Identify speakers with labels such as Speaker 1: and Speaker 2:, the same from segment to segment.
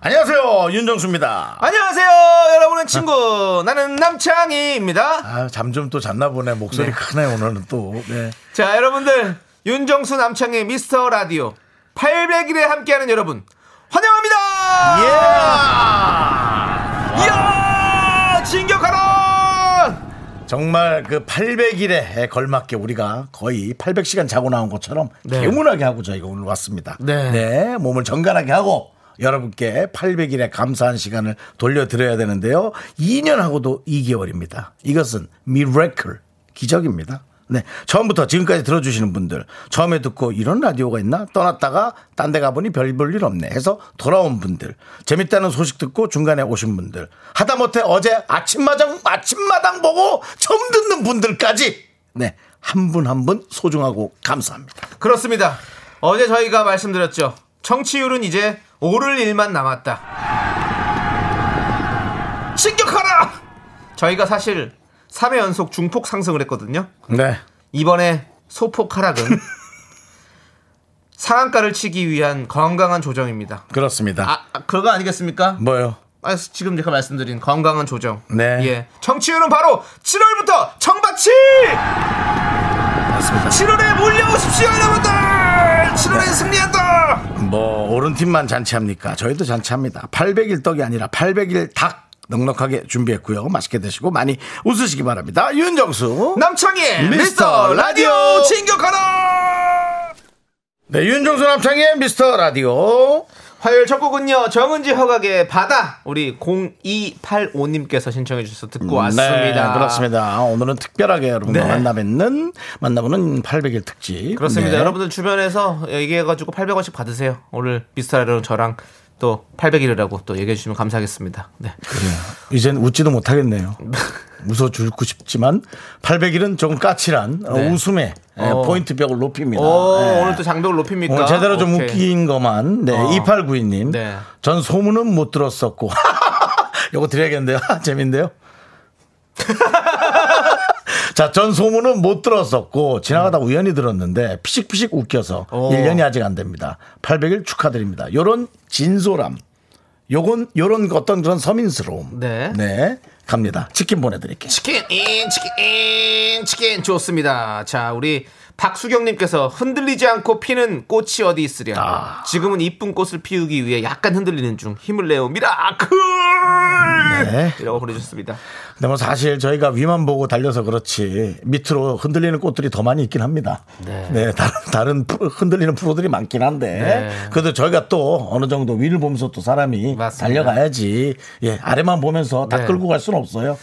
Speaker 1: 안녕하세요 윤정수입니다.
Speaker 2: 안녕하세요, 여러분의 친구. 나는 남창희입니다.
Speaker 1: 아 잠 좀 또 잤나 보네 목소리
Speaker 2: 네.
Speaker 1: 크네 오늘은 또. 네.
Speaker 2: 자, 여러분들. 윤정수 남창희 미스터 라디오 800일에 함께하는 여러분. 환영합니다! 예! 이야! 진격하라!
Speaker 1: 정말 그 800일에 걸맞게 우리가 거의 800시간 자고 나온 것처럼
Speaker 2: 네.
Speaker 1: 개운하게 하고 저희가 오늘 왔습니다.
Speaker 2: 네.
Speaker 1: 몸을 정갈하게 하고 여러분께 800일에 감사한 시간을 돌려드려야 되는데요. 2년하고도 2개월입니다. 이것은 미라클 기적입니다. 네. 처음부터 지금까지 들어주시는 분들, 처음에 듣고 이런 라디오가 있나? 떠났다가 딴 데 가보니 별 볼 일 없네 해서 돌아온 분들, 재밌다는 소식 듣고 중간에 오신 분들, 하다못해 어제 아침마당, 아침마당 보고 처음 듣는 분들까지, 네. 한 분 한 분 소중하고 감사합니다.
Speaker 2: 그렇습니다. 어제 저희가 말씀드렸죠. 청취율은 이제 오를 일만 남았다. 진격하라! 저희가 사실 3회 연속 중폭 상승을 했거든요.
Speaker 1: 네.
Speaker 2: 이번에 소폭 하락은 상한가를 치기 위한 건강한 조정입니다.
Speaker 1: 그렇습니다.
Speaker 2: 아, 아, 그거 아니겠습니까?
Speaker 1: 뭐요?
Speaker 2: 아, 지금 제가 말씀드린 건강한 조정.
Speaker 1: 네.
Speaker 2: 예. 청취율은 바로 7월부터 청바치!
Speaker 1: 맞습니다.
Speaker 2: 7월에 몰려오십시오, 여러분들! 7월에 승리한다!
Speaker 1: 뭐 오른 팀만 잔치합니까? 저희도 잔치합니다. 800일 떡이 아니라 800일 닭 넉넉하게 준비했고요. 맛있게 드시고 많이 웃으시기 바랍니다. 윤정수.
Speaker 2: 남창희
Speaker 1: 미스터
Speaker 2: 미스터
Speaker 1: 라디오.
Speaker 2: 라디오 진격하라!
Speaker 1: 네, 윤정수 남창의 미스터 라디오.
Speaker 2: 화요일 첫 곡은요, 정은지 허각의 바다! 우리 0285님께서 신청해주셔서 듣고 왔습니다.
Speaker 1: 네, 그렇습니다. 오늘은 특별하게 여러분과
Speaker 2: 네.
Speaker 1: 만나뵙는 만나보는 800일 특집.
Speaker 2: 그렇습니다.
Speaker 1: 네.
Speaker 2: 여러분들 주변에서 얘기해가지고 800원씩 받으세요. 오늘 미스터라디오 저랑 또 800일이라고 또 얘기해주시면 감사하겠습니다. 네.
Speaker 1: 이젠 웃지도 못하겠네요. 웃어 주고 싶지만 800일은 좀 까칠한 어,
Speaker 2: 네.
Speaker 1: 웃음의 예,
Speaker 2: 어.
Speaker 1: 포인트벽을 높입니다.
Speaker 2: 오,
Speaker 1: 예.
Speaker 2: 오늘 또 장벽을 높입니까?
Speaker 1: 오늘 제대로 좀
Speaker 2: 오케이.
Speaker 1: 웃긴 것만. 네,
Speaker 2: 어.
Speaker 1: 2892님.
Speaker 2: 네.
Speaker 1: 전 소문은 못 들었었고. 요거 드려야겠는데요. 재밌는데요. 자, 전 소문은 못 들었었고, 지나가다 우연히 들었는데, 피식피식 웃겨서
Speaker 2: 오.
Speaker 1: 1년이 아직 안 됩니다. 800일 축하드립니다. 요런 진솔함. 요건, 요런 어떤 그런 서민스러움.
Speaker 2: 네.
Speaker 1: 갑니다. 치킨 보내드릴게요.
Speaker 2: 치킨, 인, 치킨, 인, 치킨. 좋습니다. 자, 우리 박수경님께서 흔들리지 않고 피는 꽃이 어디 있으랴.
Speaker 1: 아.
Speaker 2: 지금은 이쁜 꽃을 피우기 위해 약간 흔들리는 중 힘을 내요. 미라클!
Speaker 1: 네.
Speaker 2: 이라고 보내주셨습니다.
Speaker 1: 근데 뭐 사실 저희가 위만 보고 달려서 그렇지 밑으로 흔들리는 꽃들이 더 많이 있긴 합니다. 네.
Speaker 2: 네.
Speaker 1: 다른, 다른 프로- 흔들리는 프로들이 많긴 한데
Speaker 2: 네.
Speaker 1: 그래도 저희가 또 어느 정도 위를 보면서 또 사람이
Speaker 2: 맞습니다.
Speaker 1: 달려가야지 예, 아래만 보면서 다
Speaker 2: 네.
Speaker 1: 끌고 갈 수는 없어요.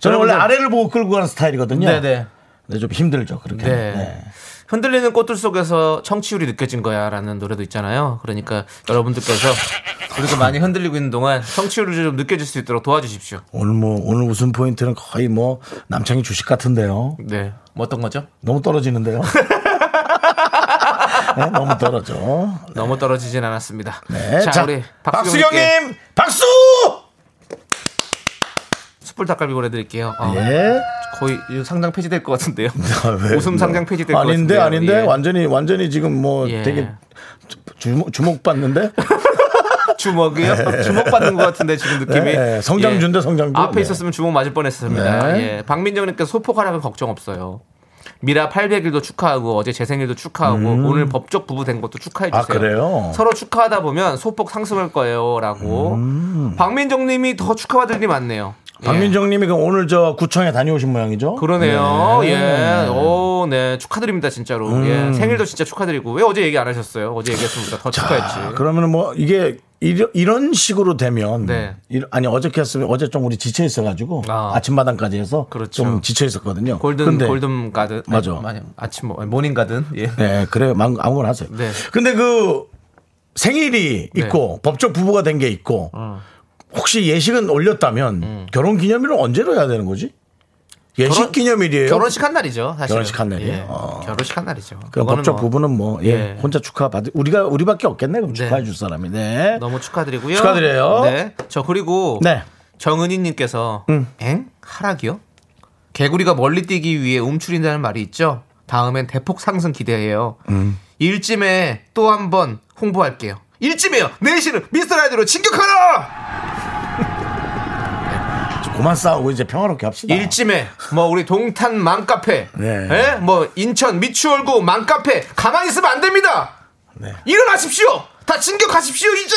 Speaker 1: 저는 원래
Speaker 2: 여러분들-
Speaker 1: 아래를 보고 끌고 가는 스타일이거든요.
Speaker 2: 네네.
Speaker 1: 근데 좀 힘들죠 그렇게.
Speaker 2: 네.
Speaker 1: 네.
Speaker 2: 흔들리는 꽃들 속에서 청취율이 느껴진 거야라는 노래도 있잖아요. 그러니까 여러분들께서 우리가 많이 흔들리고 있는 동안 청취율을 좀 느껴질 수 있도록 도와주십시오.
Speaker 1: 오늘 뭐 오늘 웃음 포인트는 거의 뭐 남창희 주식 같은데요.
Speaker 2: 네. 뭐 어떤 거죠?
Speaker 1: 너무 떨어지는데요. 네, 너무 떨어져.
Speaker 2: 너무 떨어지진 않았습니다.
Speaker 1: 네.
Speaker 2: 자, 우리 박수경님
Speaker 1: 박수경님 박수!
Speaker 2: 숯불 닭갈비 보내드릴게요. 어,
Speaker 1: 예.
Speaker 2: 거의 이거 상장 폐지될 것 같은데요.
Speaker 1: 아, 왜,
Speaker 2: 웃음
Speaker 1: 뭐.
Speaker 2: 상장 폐지될 것
Speaker 1: 아닌데
Speaker 2: 같은데요.
Speaker 1: 아닌데
Speaker 2: 예.
Speaker 1: 완전히 완전히 지금 뭐
Speaker 2: 예.
Speaker 1: 되게 주목 주목 받는데
Speaker 2: 주먹이요? 주먹 받는 것 같은데 지금 느낌이
Speaker 1: 예, 예. 네. 성장주인데, 성장주.
Speaker 2: 앞에
Speaker 1: 네.
Speaker 2: 있었으면 주먹 맞을 뻔했습니다.
Speaker 1: 네.
Speaker 2: 예. 박민정님께서 소폭 하락은 걱정 없어요. 미라 800일도 축하하고 어제 제 생일도 축하하고 오늘 법적 부부 된 것도 축하해 주세요.
Speaker 1: 음. 아, 그래요?
Speaker 2: 서로 축하하다 보면 소폭 상승할 거예요라고 박민정님이 더 축하받을 일이 많네요. 예.
Speaker 1: 음. 박민정님이 그럼 오늘 저 구청에 다녀오신 모양이죠?
Speaker 2: 그러네요.
Speaker 1: 네. 음.
Speaker 2: 예. 오, 네. 축하드립니다, 진짜로. 예. 생일도 진짜 축하드리고. 왜 어제 얘기 안 하셨어요? 어제 얘기했으니까 더
Speaker 1: 자,
Speaker 2: 축하했지.
Speaker 1: 네. 그러면 뭐 이게 이러- 이런 식으로 되면
Speaker 2: 네.
Speaker 1: 이러- 아니 어저께 했으면 어제 좀 우리 지쳐 있어가지고
Speaker 2: 아.
Speaker 1: 아. 침마당까지 해서
Speaker 2: 그렇죠.
Speaker 1: 좀 지쳐 있었거든요.
Speaker 2: 골든
Speaker 1: 근데
Speaker 2: 골든 가든
Speaker 1: 맞아.
Speaker 2: 아니, 아니, 아침 뭐 모닝 가든 예.
Speaker 1: 네, 그래요. 망- 아무거나 하세요.
Speaker 2: 네. 어.
Speaker 1: 근데 그 생일이 있고 법적 부부가 된 게 있고 혹시 예식은 올렸다면 결혼 기념일은 언제로 해야 되는 거지? 예식
Speaker 2: 음. 결혼-
Speaker 1: 기념일이에요.
Speaker 2: 결혼식 한 날이죠. 사실
Speaker 1: 결혼식 한 날이에요? 어.
Speaker 2: 결혼식 한 날이죠.
Speaker 1: 그
Speaker 2: 그거는
Speaker 1: 법적
Speaker 2: 뭐
Speaker 1: 부분은 뭐 예,
Speaker 2: 예.
Speaker 1: 혼자 축하 받을 우리가 우리밖에 없겠네 그럼
Speaker 2: 네.
Speaker 1: 축하해 줄 사람이 네.
Speaker 2: 너무 축하드리고요.
Speaker 1: 축하드려요.
Speaker 2: 네. 저 그리고
Speaker 1: 네. 음.
Speaker 2: 정은희님께서 엥 하락이요? 개구리가 멀리 뛰기 위해 움츠린다는 말이 있죠. 다음엔 대폭 상승 기대해요.
Speaker 1: 음.
Speaker 2: 일쯤에 또 한 번 홍보할게요. 일쯤에요. 내시는 미스터 라디오로 진격하라.
Speaker 1: 그만 싸우고 이제 평화롭게 합시다.
Speaker 2: 일쯤에 뭐 우리 동탄 맘카페,
Speaker 1: 네.
Speaker 2: 예? 뭐 인천 미추홀구 맘카페 가만히 있으면 안 됩니다.
Speaker 1: 네.
Speaker 2: 일어나십시오. 다 진격하십시오 이제.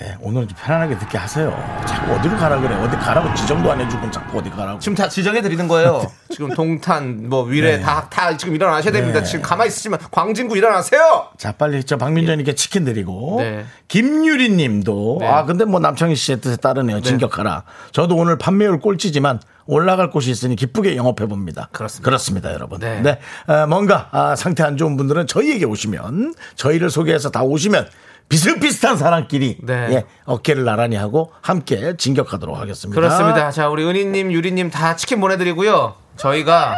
Speaker 1: 네, 오늘은 좀 편안하게 듣게 하세요. 자꾸 어디로 가라 그래. 어디 가라고 지정도 안 해주고 자꾸 어디 가라고.
Speaker 2: 지금 다 지정해 드리는 거예요. 지금 동탄 뭐 위례
Speaker 1: 네.
Speaker 2: 다 다 지금 일어나셔야 됩니다.
Speaker 1: 네.
Speaker 2: 지금 가만히 있으시면 광진구 일어나세요.
Speaker 1: 자 빨리 저 박민전님께 치킨 드리고
Speaker 2: 예. 네.
Speaker 1: 김유리님도
Speaker 2: 네.
Speaker 1: 아 근데 뭐 남창희 씨의 뜻에 따르네요 진격하라 저도 오늘 판매율 꼴찌지만 올라갈 곳이 있으니 기쁘게 영업해 봅니다
Speaker 2: 그렇습니다.
Speaker 1: 여러분 네,
Speaker 2: 네.
Speaker 1: 아, 뭔가 아, 상태 안 좋은 분들은 저희에게 오시면 저희를 소개해서 다 오시면 비슷비슷한 사람끼리
Speaker 2: 네.
Speaker 1: 예, 어깨를 나란히 하고 함께 진격하도록 하겠습니다
Speaker 2: 그렇습니다. 자, 우리 은희님, 유리님 다 치킨 보내드리고요. 저희가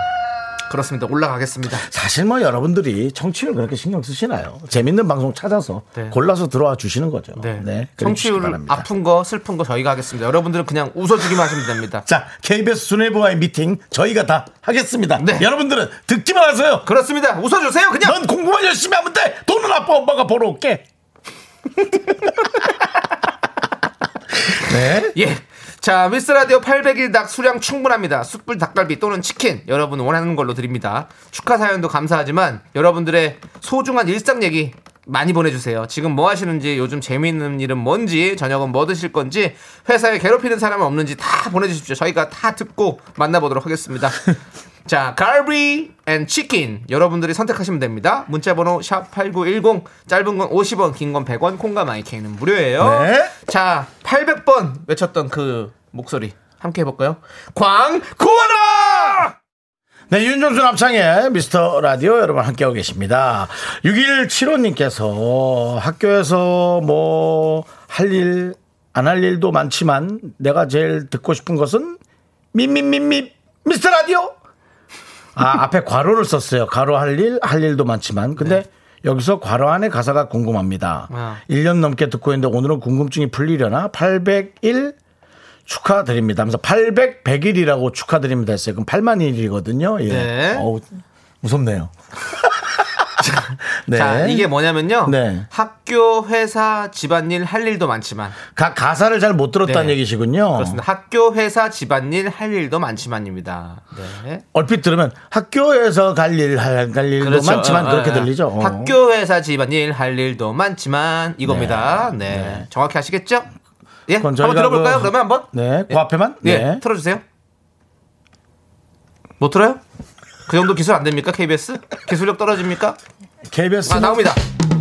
Speaker 2: 그렇습니다. 올라가겠습니다.
Speaker 1: 사실 뭐 여러분들이 청취율 그렇게 신경 쓰시나요? 재밌는 방송 찾아서
Speaker 2: 네.
Speaker 1: 골라서 들어와 주시는 거죠.
Speaker 2: 네.
Speaker 1: 그래 주시기
Speaker 2: 청취율
Speaker 1: 바랍니다.
Speaker 2: 아픈 거 슬픈 거 저희가 하겠습니다. 여러분들은 그냥 웃어주기만 하시면 됩니다.
Speaker 1: 자, KBS 수뇌부와의 미팅 저희가 다 하겠습니다.
Speaker 2: 네.
Speaker 1: 여러분들은 듣기만 하세요.
Speaker 2: 그렇습니다. 웃어주세요. 그냥
Speaker 1: 넌 공부만 열심히 하면 돼. 돈은 아빠 엄마가 벌어올게. 네.
Speaker 2: 예. 자, 미스 라디오 800일 닭 수량 충분합니다. 숯불 닭갈비 또는 치킨 여러분 원하는 걸로 드립니다. 축하 사연도 감사하지만 여러분들의 소중한 일상 얘기 많이 보내주세요. 지금 뭐 하시는지 요즘 재미있는 일은 뭔지 저녁은 뭐 드실 건지 회사에 괴롭히는 사람은 없는지 다 보내주십시오. 저희가 다 듣고 만나보도록 하겠습니다. 자, 갈비 앤 치킨 여러분들이 선택하시면 됩니다. 문자번호 샵 #8910 짧은 건 50원, 긴 건 100원, 콩과 마이케이는 무료예요.
Speaker 1: 네.
Speaker 2: 자, 800번 외쳤던 그 목소리 함께 해볼까요? 광고하라!
Speaker 1: 네, 윤종수 남창의 미스터 라디오 여러분 함께하고 계십니다. 6175님께서 학교에서 뭐, 할 일, 안 할 일도 많지만 내가 제일 듣고 싶은 것은 밋밋밋밋 미스터 라디오! 아, 앞에 괄호를 썼어요. 괄호 할 일, 할 일도 많지만. 근데 여기서 괄호 안에 가사가 궁금합니다.
Speaker 2: 아.
Speaker 1: 1년 넘게 듣고 있는데 오늘은 궁금증이 풀리려나? 801 축하드립니다. 하면서 800, 100일이라고 축하드립니다 했어요. 그럼 8만 일이거든요. 예.
Speaker 2: 네.
Speaker 1: 어우, 무섭네요. 네.
Speaker 2: 자, 이게 뭐냐면요.
Speaker 1: 네.
Speaker 2: 학교, 회사, 집안일 할 일도 많지만.
Speaker 1: 가, 가사를 잘 못 들었다는
Speaker 2: 네.
Speaker 1: 얘기시군요.
Speaker 2: 그렇습니다. 학교, 회사, 집안일 할 일도 많지만입니다. 네.
Speaker 1: 얼핏 들으면 학교에서 갈 일, 할, 갈 일도
Speaker 2: 그렇죠.
Speaker 1: 많지만
Speaker 2: 어,
Speaker 1: 그렇게
Speaker 2: 어, 어.
Speaker 1: 들리죠. 어.
Speaker 2: 학교, 회사, 집안일 할 일도 많지만 이겁니다. 네. 정확히 아시겠죠? 예.
Speaker 1: 그건
Speaker 2: 한번
Speaker 1: 저희가
Speaker 2: 들어볼까요?
Speaker 1: 그-
Speaker 2: 그러면 한번?
Speaker 1: 네, 그 앞에만?
Speaker 2: 예.
Speaker 1: 네.
Speaker 2: 틀어주세요. 못 틀어요? 그 정도 기술 안 됩니까? KBS? 기술력 떨어집니까?
Speaker 1: KBS.
Speaker 2: 아, 나옵니다.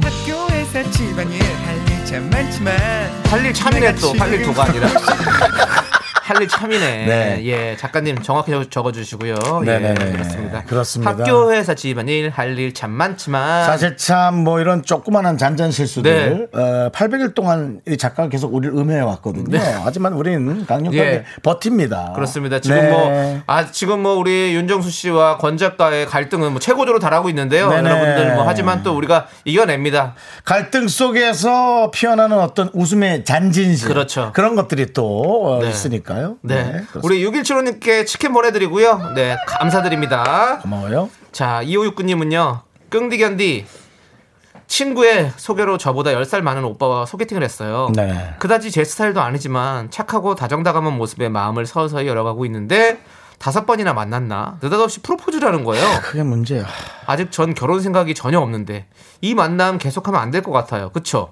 Speaker 3: 학교에서 집안일 할 일 참 많지만
Speaker 2: 할일 참이네 또. 할일 도가 아니라. 할일 참이네.
Speaker 1: 네.
Speaker 2: 예, 작가님 정확히 적- 적어주시고요.
Speaker 1: 네네네.
Speaker 2: 예, 그렇습니다.
Speaker 1: 그렇습니다.
Speaker 2: 학교, 회사, 집안일 할 일 참 많지만
Speaker 1: 사실 참 뭐 이런 조그만한 잔잔 실수들
Speaker 2: 네.
Speaker 1: 어, 800일 동안 이 작가가 계속 우리를 음해해 왔거든요. 하지만 우리는 강력하게
Speaker 2: 예.
Speaker 1: 버팁니다.
Speaker 2: 그렇습니다. 지금
Speaker 1: 네.
Speaker 2: 뭐, 아, 지금 뭐, 우리 윤정수 씨와 권 작가의 갈등은 뭐 최고조로 달하고 있는데요.
Speaker 1: 네네.
Speaker 2: 여러분들, 뭐, 하지만 또 우리가 이겨냅니다.
Speaker 1: 갈등 속에서 피어나는 어떤 웃음의 잔진실
Speaker 2: 그렇죠.
Speaker 1: 그런 것들이 또 어,
Speaker 2: 네.
Speaker 1: 있으니까요.
Speaker 2: 네.
Speaker 1: 그렇습니다.
Speaker 2: 우리 6175님께 치킨 보내드리고요. 네. 감사드립니다.
Speaker 1: 고마워요.
Speaker 2: 자, 2569님은요. 끙디견디. 친구의 소개로 저보다 10살 많은 오빠와 소개팅을 했어요.
Speaker 1: 네.
Speaker 2: 그다지 제 스타일도 아니지만 착하고 다정다감한 모습에 마음을 서서히 열어가고 있는데 다섯 번이나 만났나? 느닷없이 프로포즈라는 거예요.
Speaker 1: 그게 문제야.
Speaker 2: 아직 전 결혼 생각이 전혀 없는데 이 만남 계속하면 안 될 것 같아요. 그쵸?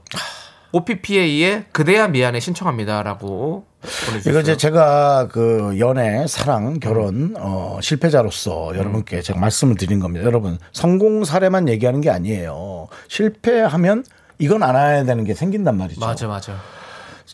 Speaker 2: OPPA의 그대야 미안해 신청합니다라고
Speaker 1: 이거 이제
Speaker 2: 보내주셨어요.
Speaker 1: 제가 그 연애, 사랑, 결혼 어,
Speaker 2: 음.
Speaker 1: 실패자로서 여러분께 제가 말씀을 드린 겁니다. 여러분 성공 사례만 얘기하는 게 아니에요. 실패하면 이건 알아야 되는 게 생긴단 말이죠.
Speaker 2: 맞아 맞아.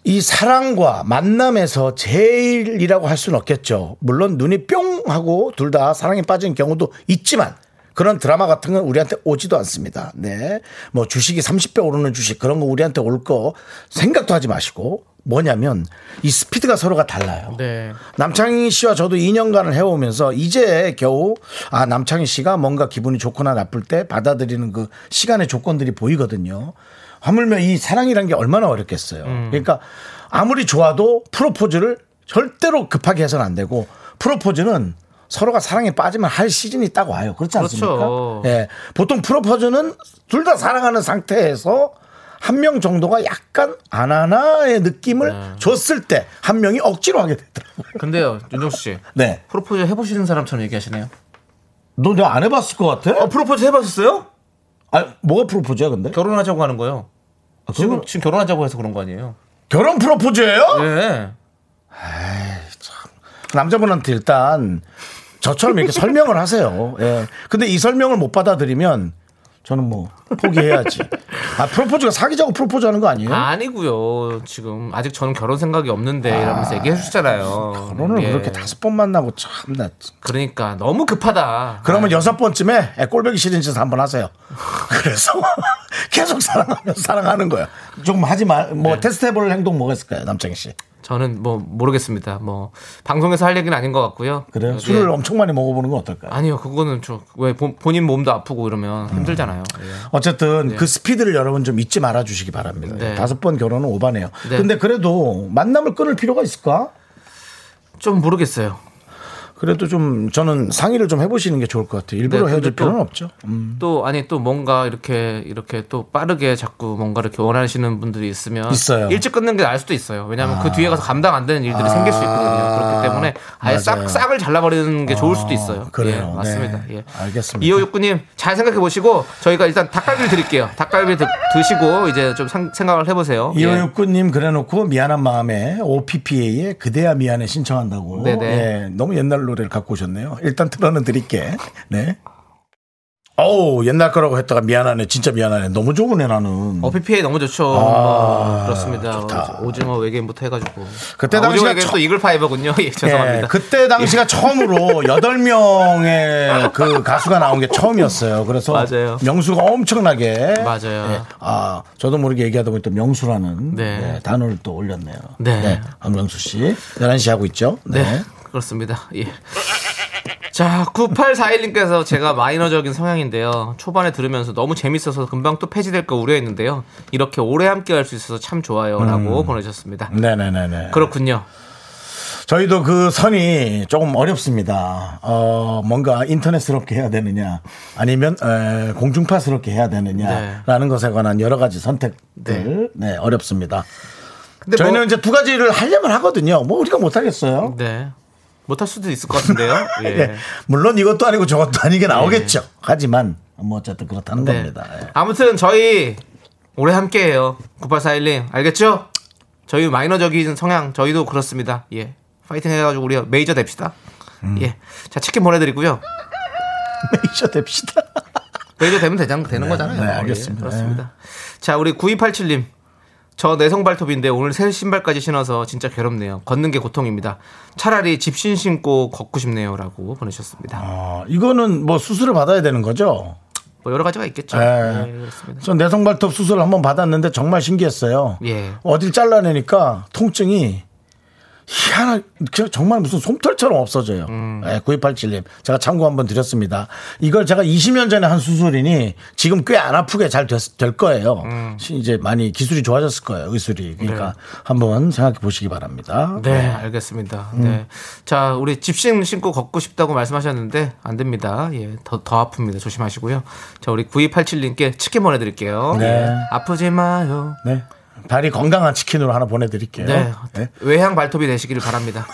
Speaker 1: 이 사랑과 만남에서 제일이라고 할 수는 없겠죠. 물론 눈이 뿅 하고 둘 다 사랑에 빠진 경우도 있지만 그런 드라마 같은 건 우리한테 오지도 않습니다. 네. 뭐 주식이 30배 오르는 주식 그런 거 우리한테 올 거 생각도 하지 마시고 뭐냐면 이 스피드가 서로가 달라요.
Speaker 2: 네.
Speaker 1: 남창희 씨와 저도 2년간을 해오면서 이제 겨우 아 남창희 씨가 뭔가 기분이 좋거나 나쁠 때 받아들이는 그 시간의 조건들이 보이거든요. 하물며 이 사랑이란 게 얼마나 어렵겠어요. 그러니까 아무리 좋아도 프로포즈를 절대로 급하게 해서는 안 되고 프로포즈는 서로가 사랑에 빠지면 할 시즌이 딱 와요. 그렇지 않습니까?
Speaker 2: 그렇죠.
Speaker 1: 예. 보통 프로포즈는 둘 다 사랑하는 상태에서 한 명 정도가 약간 안 하나의 느낌을 줬을 때 한 명이 억지로 하게 되더라고요.
Speaker 2: 근데요, 윤정수 씨.
Speaker 1: 네.
Speaker 2: 프로포즈 해보시는 사람처럼 얘기하시네요.
Speaker 1: 너 내가 안 해봤을 것 같아?
Speaker 2: 어, 프로포즈 해봤었어요?
Speaker 1: 아, 뭐가 프로포즈야, 근데?
Speaker 2: 결혼하자고 하는 거요.
Speaker 1: 아,
Speaker 2: 지금,
Speaker 1: 지금
Speaker 2: 지금 결혼하자고 해서 그런 거 아니에요?
Speaker 1: 결혼 프로포즈예요?
Speaker 2: 네.
Speaker 1: 남자분한테 일단 저처럼 이렇게 설명을 하세요. 예. 근데 이 설명을 못 받아들이면 저는 뭐 포기해야지. 아, 프로포즈가 사귀자고 프로포즈 하는 거 아니에요?
Speaker 2: 네. 아니고요. 지금 아직 저는 결혼 생각이 없는데 이러면서 얘기해 주잖아요.
Speaker 1: 아. 결혼을
Speaker 2: 예.
Speaker 1: 그렇게 다섯 번 만나고 참나.
Speaker 2: 그러니까 너무 급하다.
Speaker 1: 그러면 여섯 번쯤에 예, 꼴보기 싫은 짓 한번 하세요. 그래서 계속 사랑하면 사랑하는 거예요. 조금 하지 마. 뭐 테스트 해볼 행동 뭐가 있을까요, 남창희 씨?
Speaker 2: 저는 뭐 모르겠습니다. 뭐 방송에서 할 얘기는 아닌 것 같고요.
Speaker 1: 그래요?
Speaker 2: 예.
Speaker 1: 술을 엄청 많이 먹어보는 건 어떨까요?
Speaker 2: 아니요, 그거는 저왜 본인 몸도 아프고
Speaker 1: 음.
Speaker 2: 이러면 힘들잖아요. 예.
Speaker 1: 어쨌든 그 스피드를 여러분 좀 잊지 말아 주시기 바랍니다.
Speaker 2: 네.
Speaker 1: 다섯 번 결혼은 오바네요.
Speaker 2: 네.
Speaker 1: 근데 그래도 만남을 끊을 필요가 있을까?
Speaker 2: 좀 모르겠어요.
Speaker 1: 그래도 좀 저는 상의를 좀 해보시는 게 좋을 것 같아요. 일부러
Speaker 2: 네, 근데
Speaker 1: 헤어질
Speaker 2: 또-
Speaker 1: 필요는 없죠. 음.
Speaker 2: 또 아니 또 뭔가 이렇게 이렇게 또 빠르게 자꾸 뭔가 이렇게 원하시는 분들이 있으면
Speaker 1: 있어요. 아.
Speaker 2: 일찍 끊는 게 나을 수도 있어요. 왜냐하면 그 뒤에 가서 감당 안 되는 일들이 생길 수 있거든요. 그렇기 때문에 아예
Speaker 1: 맞아요.
Speaker 2: 싹 싹을 잘라버리는 게 좋을 수도 있어요.
Speaker 1: 그래요.
Speaker 2: 예, 맞습니다.
Speaker 1: 네.
Speaker 2: 예.
Speaker 1: 알겠습니다.
Speaker 2: 이호육구님 잘 생각해 보시고 저희가 일단 닭갈비 를 드릴게요. 닭갈비 드, 드시고 이제 좀 상- 생각을 해보세요. 예.
Speaker 1: 2569님 그래놓고 미안한 마음에 OPPA의 그대야 미안해 신청한다고.
Speaker 2: 네네.
Speaker 1: 예, 너무 옛날 노래를 갖고 오셨네요. 일단 틀어는 드릴게. 네. 어우, 옛날 거라고 했다가 미안하네. 진짜 미안하네. 너무 좋으네, 나는.
Speaker 2: 어, PPA 너무 좋죠.
Speaker 1: 아,
Speaker 2: 어, 그렇습니다.
Speaker 1: 좋다.
Speaker 2: 오징어 외계인부터 해가지고.
Speaker 1: 그때
Speaker 2: 아,
Speaker 1: 당시가
Speaker 2: 오징어 외계인
Speaker 1: 처-
Speaker 2: 또 이글파이버군요. 예, 죄송합니다.
Speaker 1: 예, 그때 당시가 처음으로 여덟 명의 그 가수가 나온 게 처음이었어요. 그래서
Speaker 2: 맞아요.
Speaker 1: 명수가 엄청나게
Speaker 2: 맞아요.
Speaker 1: 예, 아 저도 모르게 얘기하다 보니 또 명수라는
Speaker 2: 네.
Speaker 1: 예, 단어를 또 올렸네요.
Speaker 2: 네.
Speaker 1: 안명수 씨 11시 하고 있죠. 네.
Speaker 2: 네. 그렇습니다. 예. 자, 9841님께서 제가 마이너적인 성향인데요. 초반에 들으면서 너무 재밌어서 금방 또 폐지될 거 우려했는데요. 이렇게 오래 함께 할 수 있어서 참 좋아요. 라고 보내셨습니다.
Speaker 1: 네, 네, 네, 네.
Speaker 2: 그렇군요.
Speaker 1: 저희도 그 선이 조금 어렵습니다. 어, 뭔가 인터넷스럽게 해야 되느냐, 아니면 에, 공중파스럽게 해야 되느냐라는
Speaker 2: 네.
Speaker 1: 것에 관한 여러 가지 선택들, 네, 어렵습니다.
Speaker 2: 근데
Speaker 1: 저희는
Speaker 2: 뭐-
Speaker 1: 이제 두 가지를 하려면 하거든요. 뭐 우리가 못 하겠어요.
Speaker 2: 네. 못할 수도 있을 것 같은데요. 예.
Speaker 1: 예. 물론 이것도 아니고 저것도 아니게 나오겠죠. 하지만 뭐 어쨌든 그렇다는
Speaker 2: 네.
Speaker 1: 겁니다. 예.
Speaker 2: 아무튼 저희 오래 함께해요. 9841님 알겠죠? 저희 마이너적인 성향 저희도 그렇습니다. 예, 파이팅 해가지고 우리 메이저 됩시다.
Speaker 1: 음.
Speaker 2: 예, 자 치킨 보내드리고요.
Speaker 1: 메이저 됩시다.
Speaker 2: 메이저 되면 되장, 되는 거잖아요.
Speaker 1: 네, 알겠습니다.
Speaker 2: 예, 그렇습니다. 자 우리 9287님 저 내성 발톱인데 오늘 새 신발까지 신어서 진짜 괴롭네요. 걷는 게 고통입니다. 차라리 집신 신고 걷고 싶네요라고 보내셨습니다.
Speaker 1: 어, 이거는 뭐 수술을 받아야 되는 거죠.
Speaker 2: 뭐 여러 가지가 있겠죠.
Speaker 1: 예.
Speaker 2: 예, 그렇습니다.
Speaker 1: 전 내성발톱 수술 한번 받았는데 정말 신기했어요.
Speaker 2: 예.
Speaker 1: 어딜 잘라내니까 통증이 희한하, 게 정말 무슨 솜털처럼 없어져요.
Speaker 2: 음.
Speaker 1: 예, 9287님. 제가 참고 한번 드렸습니다. 이걸 제가 20년 전에 한 수술이니 지금 꽤 안 아프게 잘 됐- 될 거예요.
Speaker 2: 음.
Speaker 1: 시- 이제 많이 기술이 좋아졌을 거예요. 의술이. 그러니까 한번 생각해 보시기 바랍니다.
Speaker 2: 네, 알겠습니다. 네. 자, 우리 집신 신고 걷고 싶다고 말씀하셨는데 안 됩니다. 예, 더, 더 아픕니다. 조심하시고요. 자, 우리 9287님께 치킨 보내드릴게요.
Speaker 1: 네.
Speaker 2: 예, 아프지 마요.
Speaker 1: 네. 다리 건강한 치킨으로 하나 보내드릴게요.
Speaker 2: 네.
Speaker 1: 네.
Speaker 2: 외향 발톱이 되시기를 바랍니다.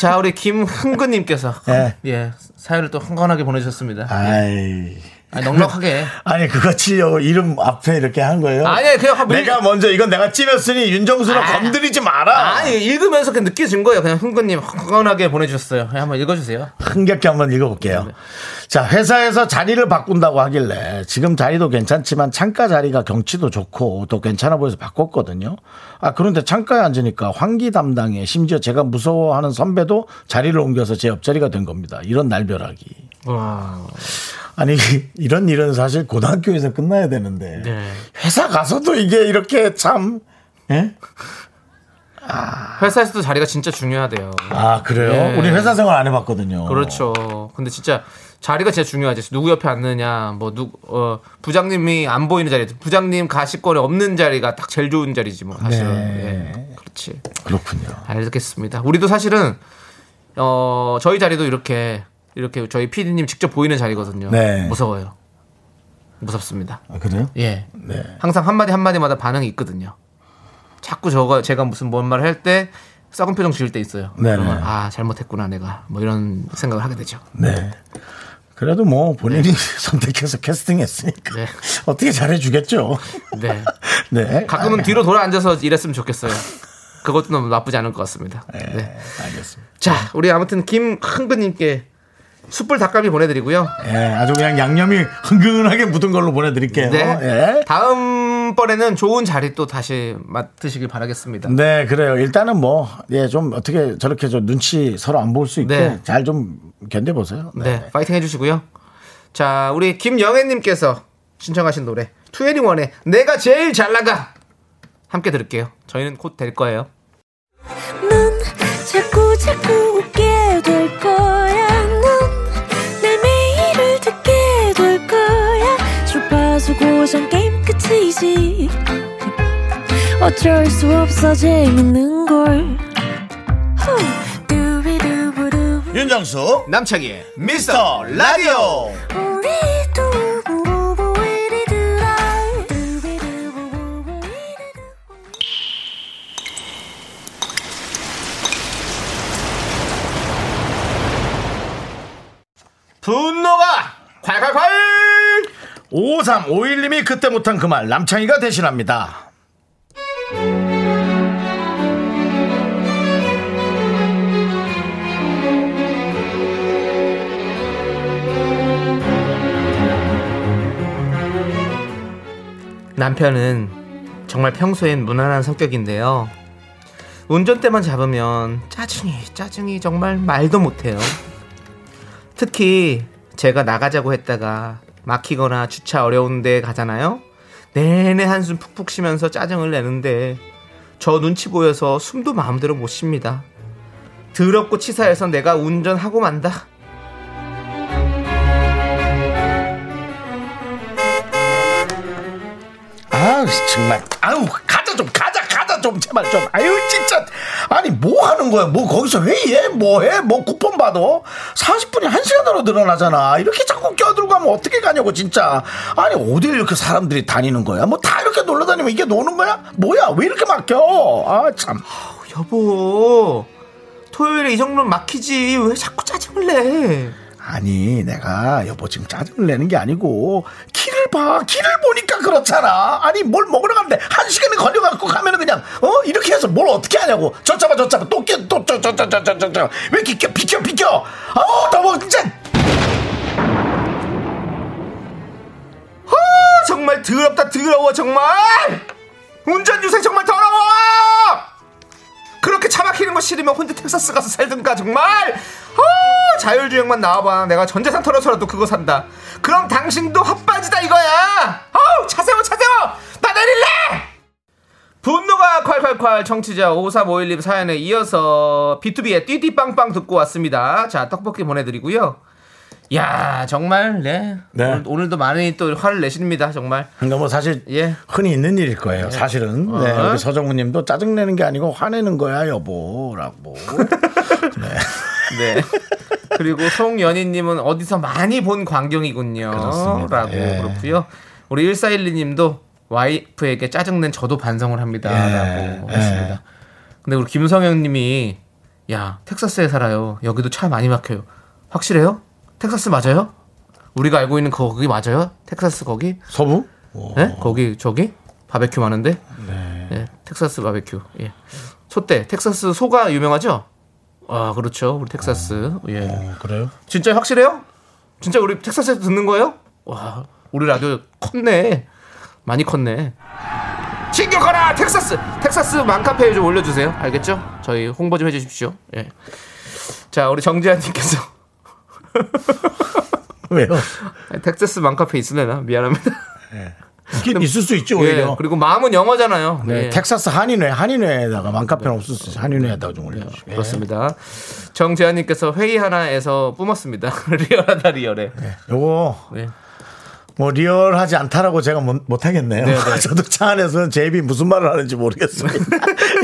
Speaker 2: 자, 우리 김흥근님께서
Speaker 1: 네.
Speaker 2: 예, 사연을 또 흥건하게 보내주셨습니다.
Speaker 1: 아이.
Speaker 2: 아니, 넉넉하게.
Speaker 1: 아니 그거 치려고 이름 앞에 이렇게 한 거예요?
Speaker 2: 아니, 그냥 한 번-
Speaker 1: 내가 먼저 이건 내가 찜했으니 윤정수는
Speaker 2: 아.
Speaker 1: 건드리지 마라.
Speaker 2: 아니, 읽으면서 그냥 느껴진 거예요. 그냥 흥근님 흥건하게 보내주셨어요. 예, 한번 읽어주세요.
Speaker 1: 흥겹게 한번 읽어볼게요.
Speaker 2: 네.
Speaker 1: 자 회사에서 자리를 바꾼다고 하길래 지금 자리도 괜찮지만 창가 자리가 경치도 좋고 또 괜찮아 보여서 바꿨거든요. 아 그런데 창가에 앉으니까 환기 담당에 심지어 제가 무서워하는 선배도 자리를 옮겨서 제 옆자리가 된 겁니다. 이런 날벼락이.
Speaker 2: 와,
Speaker 1: 아니 이런 일은 사실 고등학교에서 끝나야 되는데
Speaker 2: 네.
Speaker 1: 회사 가서도 이게 이렇게 참 예?
Speaker 2: 회사에서도 자리가 진짜 중요하대요.
Speaker 1: 아 그래요?
Speaker 2: 예.
Speaker 1: 우리 회사 생활 안 해봤거든요.
Speaker 2: 그렇죠. 근데 진짜 자리가 진짜 중요하지. 누구 옆에 앉느냐, 뭐, 누, 어, 부장님이 안 보이는 자리, 부장님 가시권에 없는 자리가 딱 제일 좋은 자리지, 뭐, 사실은.
Speaker 1: 네.
Speaker 2: 예. 그렇지.
Speaker 1: 그렇군요.
Speaker 2: 알겠습니다. 우리도 사실은, 어, 저희 자리도 이렇게, 이렇게 저희 PD님 직접 보이는 자리거든요.
Speaker 1: 네.
Speaker 2: 무서워요. 무섭습니다.
Speaker 1: 아, 그래요?
Speaker 2: 예.
Speaker 1: 네.
Speaker 2: 항상 한마디 한마디마다 반응이 있거든요. 자꾸 저가 제가 무슨 뭔 말을 할 때 썩은 표정 지을 때 있어요.
Speaker 1: 네네.
Speaker 2: 그러면 아 잘못했구나 내가 뭐 이런 생각을 하게 되죠.
Speaker 1: 네. 그래도 뭐 본인이 선택해서 캐스팅했으니까
Speaker 2: 네.
Speaker 1: 어떻게 잘해주겠죠.
Speaker 2: 네.
Speaker 1: 네.
Speaker 2: 가끔은 뒤로 돌아 앉아서 일했으면 좋겠어요. 그것도 너무 나쁘지 않을 것 같습니다. 네.
Speaker 1: 아, 알겠습니다.
Speaker 2: 자 우리 아무튼 김흥근님께 숯불 닭갈비 보내드리고요.
Speaker 1: 예, 아주 그냥 양념이 흥근하게 묻은 걸로 보내드릴게요.
Speaker 2: 네.
Speaker 1: 예.
Speaker 2: 다음 번에는 좋은 자리 또 다시 맡으시길 바라겠습니다.
Speaker 1: 네, 그래요. 일단은 뭐, 예, 좀 어떻게 저렇게 좀 눈치 서로 안 볼 수 있게
Speaker 2: 네.
Speaker 1: 잘 좀 견뎌보세요.
Speaker 2: 네, 파이팅 해주시고요. 자, 우리 김영애님께서 신청하신 노래 2NE1의 내가 제일 잘 나가 함께 들을게요. 저희는 곧 될 거예요.
Speaker 4: 넌 자꾸 자꾸 웃게 될 거야. 넌내 매일을 듣게 될 거야. 주파수 고정 게임 끝이지. 어쩔 수 없어 재밌는 걸. 후. 두비두부두.
Speaker 1: 윤정수,
Speaker 2: 남창희의
Speaker 1: 미스터 라디오.
Speaker 4: 우리 두부부부 우리 두라. 두비두부부부 우리 두라.
Speaker 2: 분노가 콸콸콸!
Speaker 1: 5351님이 그때 못한 그 말 남창희가 대신합니다.
Speaker 2: 남편은 정말 평소엔 무난한 성격인데요. 운전대만 잡으면 짜증이 짜증이 정말 말도 못해요. 특히 제가 나가자고 했다가 막히거나 주차 어려운데 가잖아요. 내내 한숨 푹푹 쉬면서 짜증을 내는데 저 눈치 보여서 숨도 마음대로 못 쉽니다. 더럽고 치사해서 내가 운전하고 만다.
Speaker 1: 아 정말 아유 가자 좀 가자 가자 좀 제발 좀 아유 진짜 아니 뭐 하는 거야 뭐 거기서 회의해 뭐해 뭐 쿠폰 받아 40분이 1시간으로 늘어나잖아 이렇게 자꾸 껴들고 하면 어떻게 가냐고 진짜 아니 어딜 이렇게 사람들이 다니는 거야 뭐 다 이렇게 놀러 다니면 이게 노는 거야 뭐야 왜 이렇게 막혀 아참
Speaker 2: 어, 여보 토요일에 이 정도면 막히지 왜 자꾸 짜증을 내?
Speaker 1: 아니 내가 여보 지금 짜증을 내는 게 아니고 길을 봐 길을 보니까 그렇잖아 아니 뭘 먹으러 가는데 한 시간이 걸려갖고 가면은 그냥 어 이렇게 해서 뭘 어떻게 하냐고 저 잡아 저 잡아 또깨또저저저저저저왜 이렇게 껴, 비켜 비켜 아우 더워 진짜
Speaker 2: 아, 정말 더럽다 더러워 정말 운전 유세 정말 더러워 그렇게 차 막히는 거 싫으면 혼자 텍사스 가서 살든가 정말 아, 자율주행만 나와봐 내가 전재산 털어서라도 그거 산다 그럼 당신도 헛바지다 이거야 어우 차 세워 차 세워 나 내릴래 분노가 콸콸콸 청취자 5351님 사연에 이어서 B2B의 띠띠빵빵 듣고 왔습니다 자 떡볶이 보내드리고요 야 정말 네,
Speaker 1: 네.
Speaker 2: 오늘- 오늘도 많이 또 화를 내십니다 정말
Speaker 1: 근데 뭐 사실
Speaker 2: 예.
Speaker 1: 흔히 있는 일일 거예요 사실은 네,
Speaker 2: 어.
Speaker 1: 우리 서정우님도 짜증내는 게 아니고 화내는 거야 여보라고
Speaker 2: 네. 그리고 송연희님은 어디서 많이 본 광경이군요.
Speaker 1: 그렇습니다.
Speaker 2: 라고
Speaker 1: 예.
Speaker 2: 그렇고요. 우리 1412님도 와이프에게 짜증낸 저도 반성을 합니다.
Speaker 1: 예.
Speaker 2: 라고
Speaker 1: 예.
Speaker 2: 했습니다. 근데 우리 김성현님이 야 텍사스에 살아요. 여기도 차 많이 막혀요. 확실해요? 텍사스 맞아요? 우리가 알고 있는 거기 맞아요? 텍사스 거기?
Speaker 1: 서부 어.
Speaker 2: 예? 거기 저기 바베큐 많은데.
Speaker 1: 네.
Speaker 2: 예, 텍사스 바베큐. 예. 소떼 텍사스 소가 유명하죠? 아 그렇죠. 우리 텍사스.
Speaker 1: 어.
Speaker 2: 예.
Speaker 1: 그래요
Speaker 2: 진짜 확실해요? 진짜 우리 텍사스에서 듣는 거예요? 와 우리 라디오 컸네. 많이 컸네. 진격하라 텍사스 텍사스 맘카페에 좀 올려주세요. 알겠죠? 저희 홍보 좀 해주십시오. 예. 자 우리 정재환님께서
Speaker 1: 왜요 어.
Speaker 2: 텍사스 맘카페 있으려나 미안합니다.
Speaker 1: 있긴
Speaker 2: 좀-
Speaker 1: 있을 수 있죠
Speaker 2: 예,
Speaker 1: 오히려.
Speaker 2: 그리고 마음은 영어잖아요.
Speaker 1: 네,
Speaker 2: 예.
Speaker 1: 텍사스 한인회 한인회에다가 맘카페는
Speaker 2: 네.
Speaker 1: 없을 수 있어요. 한인회에다가 좀 올려주시고. 예.
Speaker 2: 그렇습니다. 정재환님께서 회의 하나에서 뿜었습니다. 리얼하다 리얼해.
Speaker 1: 요거
Speaker 2: 네.
Speaker 1: 뭐 리얼하지 않다라고 제가 못, 못 하겠네요. 저도 차 안에서는 제 입이 무슨 말을 하는지 모르겠습니다.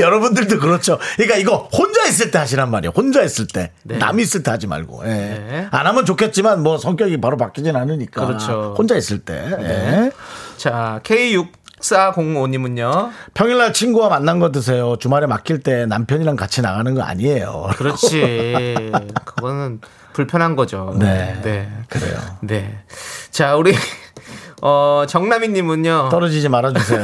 Speaker 1: 여러분들도 그렇죠. 그러니까 이거 혼자 있을 때 하시란 말이에요. 혼자 있을 때. 남이 있을 때 하지 말고. 예.
Speaker 2: 네.
Speaker 1: 안 하면 좋겠지만 뭐 성격이 바로 바뀌진 않으니까.
Speaker 2: 그렇죠.
Speaker 1: 혼자 있을 때. 예.
Speaker 2: 자 K6405님은요.
Speaker 1: 평일날 친구와 만난 거 드세요. 주말에 맡길 때 남편이랑 같이 나가는 거 아니에요.
Speaker 2: 그렇지. 그거는 불편한 거죠.
Speaker 1: 네.
Speaker 2: 네.
Speaker 1: 그래요.
Speaker 2: 네. 자 우리 어 정남이님은요.
Speaker 1: 떨어지지 말아주세요.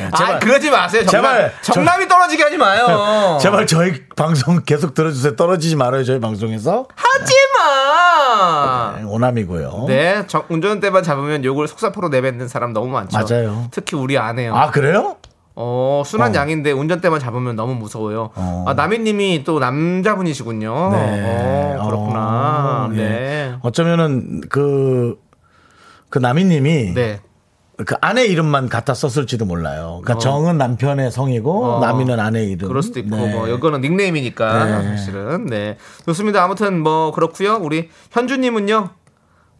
Speaker 1: 예,
Speaker 2: 아 그러지 마세요. 정말
Speaker 1: 제발.
Speaker 2: 정남이 떨어지게 하지 마요.
Speaker 1: 제발 저희 방송 계속 들어주세요. 떨어지지 말아요. 저희 방송에서.
Speaker 2: 하지 마.
Speaker 1: 네, 오남이고요.
Speaker 2: 네, 저- 운전대만 잡으면 욕을 속사포로 내뱉는 사람 너무 많죠.
Speaker 1: 맞아요.
Speaker 2: 특히 우리 아내요.
Speaker 1: 아 그래요?
Speaker 2: 어, 순한
Speaker 1: 어.
Speaker 2: 양인데 운전대만 잡으면 너무 무서워요.
Speaker 1: 어.
Speaker 2: 아, 남인님이 또 남자분이시군요. 어, 그렇구나.
Speaker 1: 네. 어, 예.
Speaker 2: 네.
Speaker 1: 어쩌면은 그. 그 남인님이
Speaker 2: 네.
Speaker 1: 그 아내 이름만 갖다 썼을지도 몰라요. 그러니까
Speaker 2: 어.
Speaker 1: 정은 남편의 성이고
Speaker 2: 어.
Speaker 1: 남인은 아내 이름.
Speaker 2: 그럴 수도 있고
Speaker 1: 네.
Speaker 2: 뭐 이거는 닉네임이니까
Speaker 1: 네.
Speaker 2: 사실은 네 좋습니다 아무튼 뭐 그렇고요 우리 현주님은요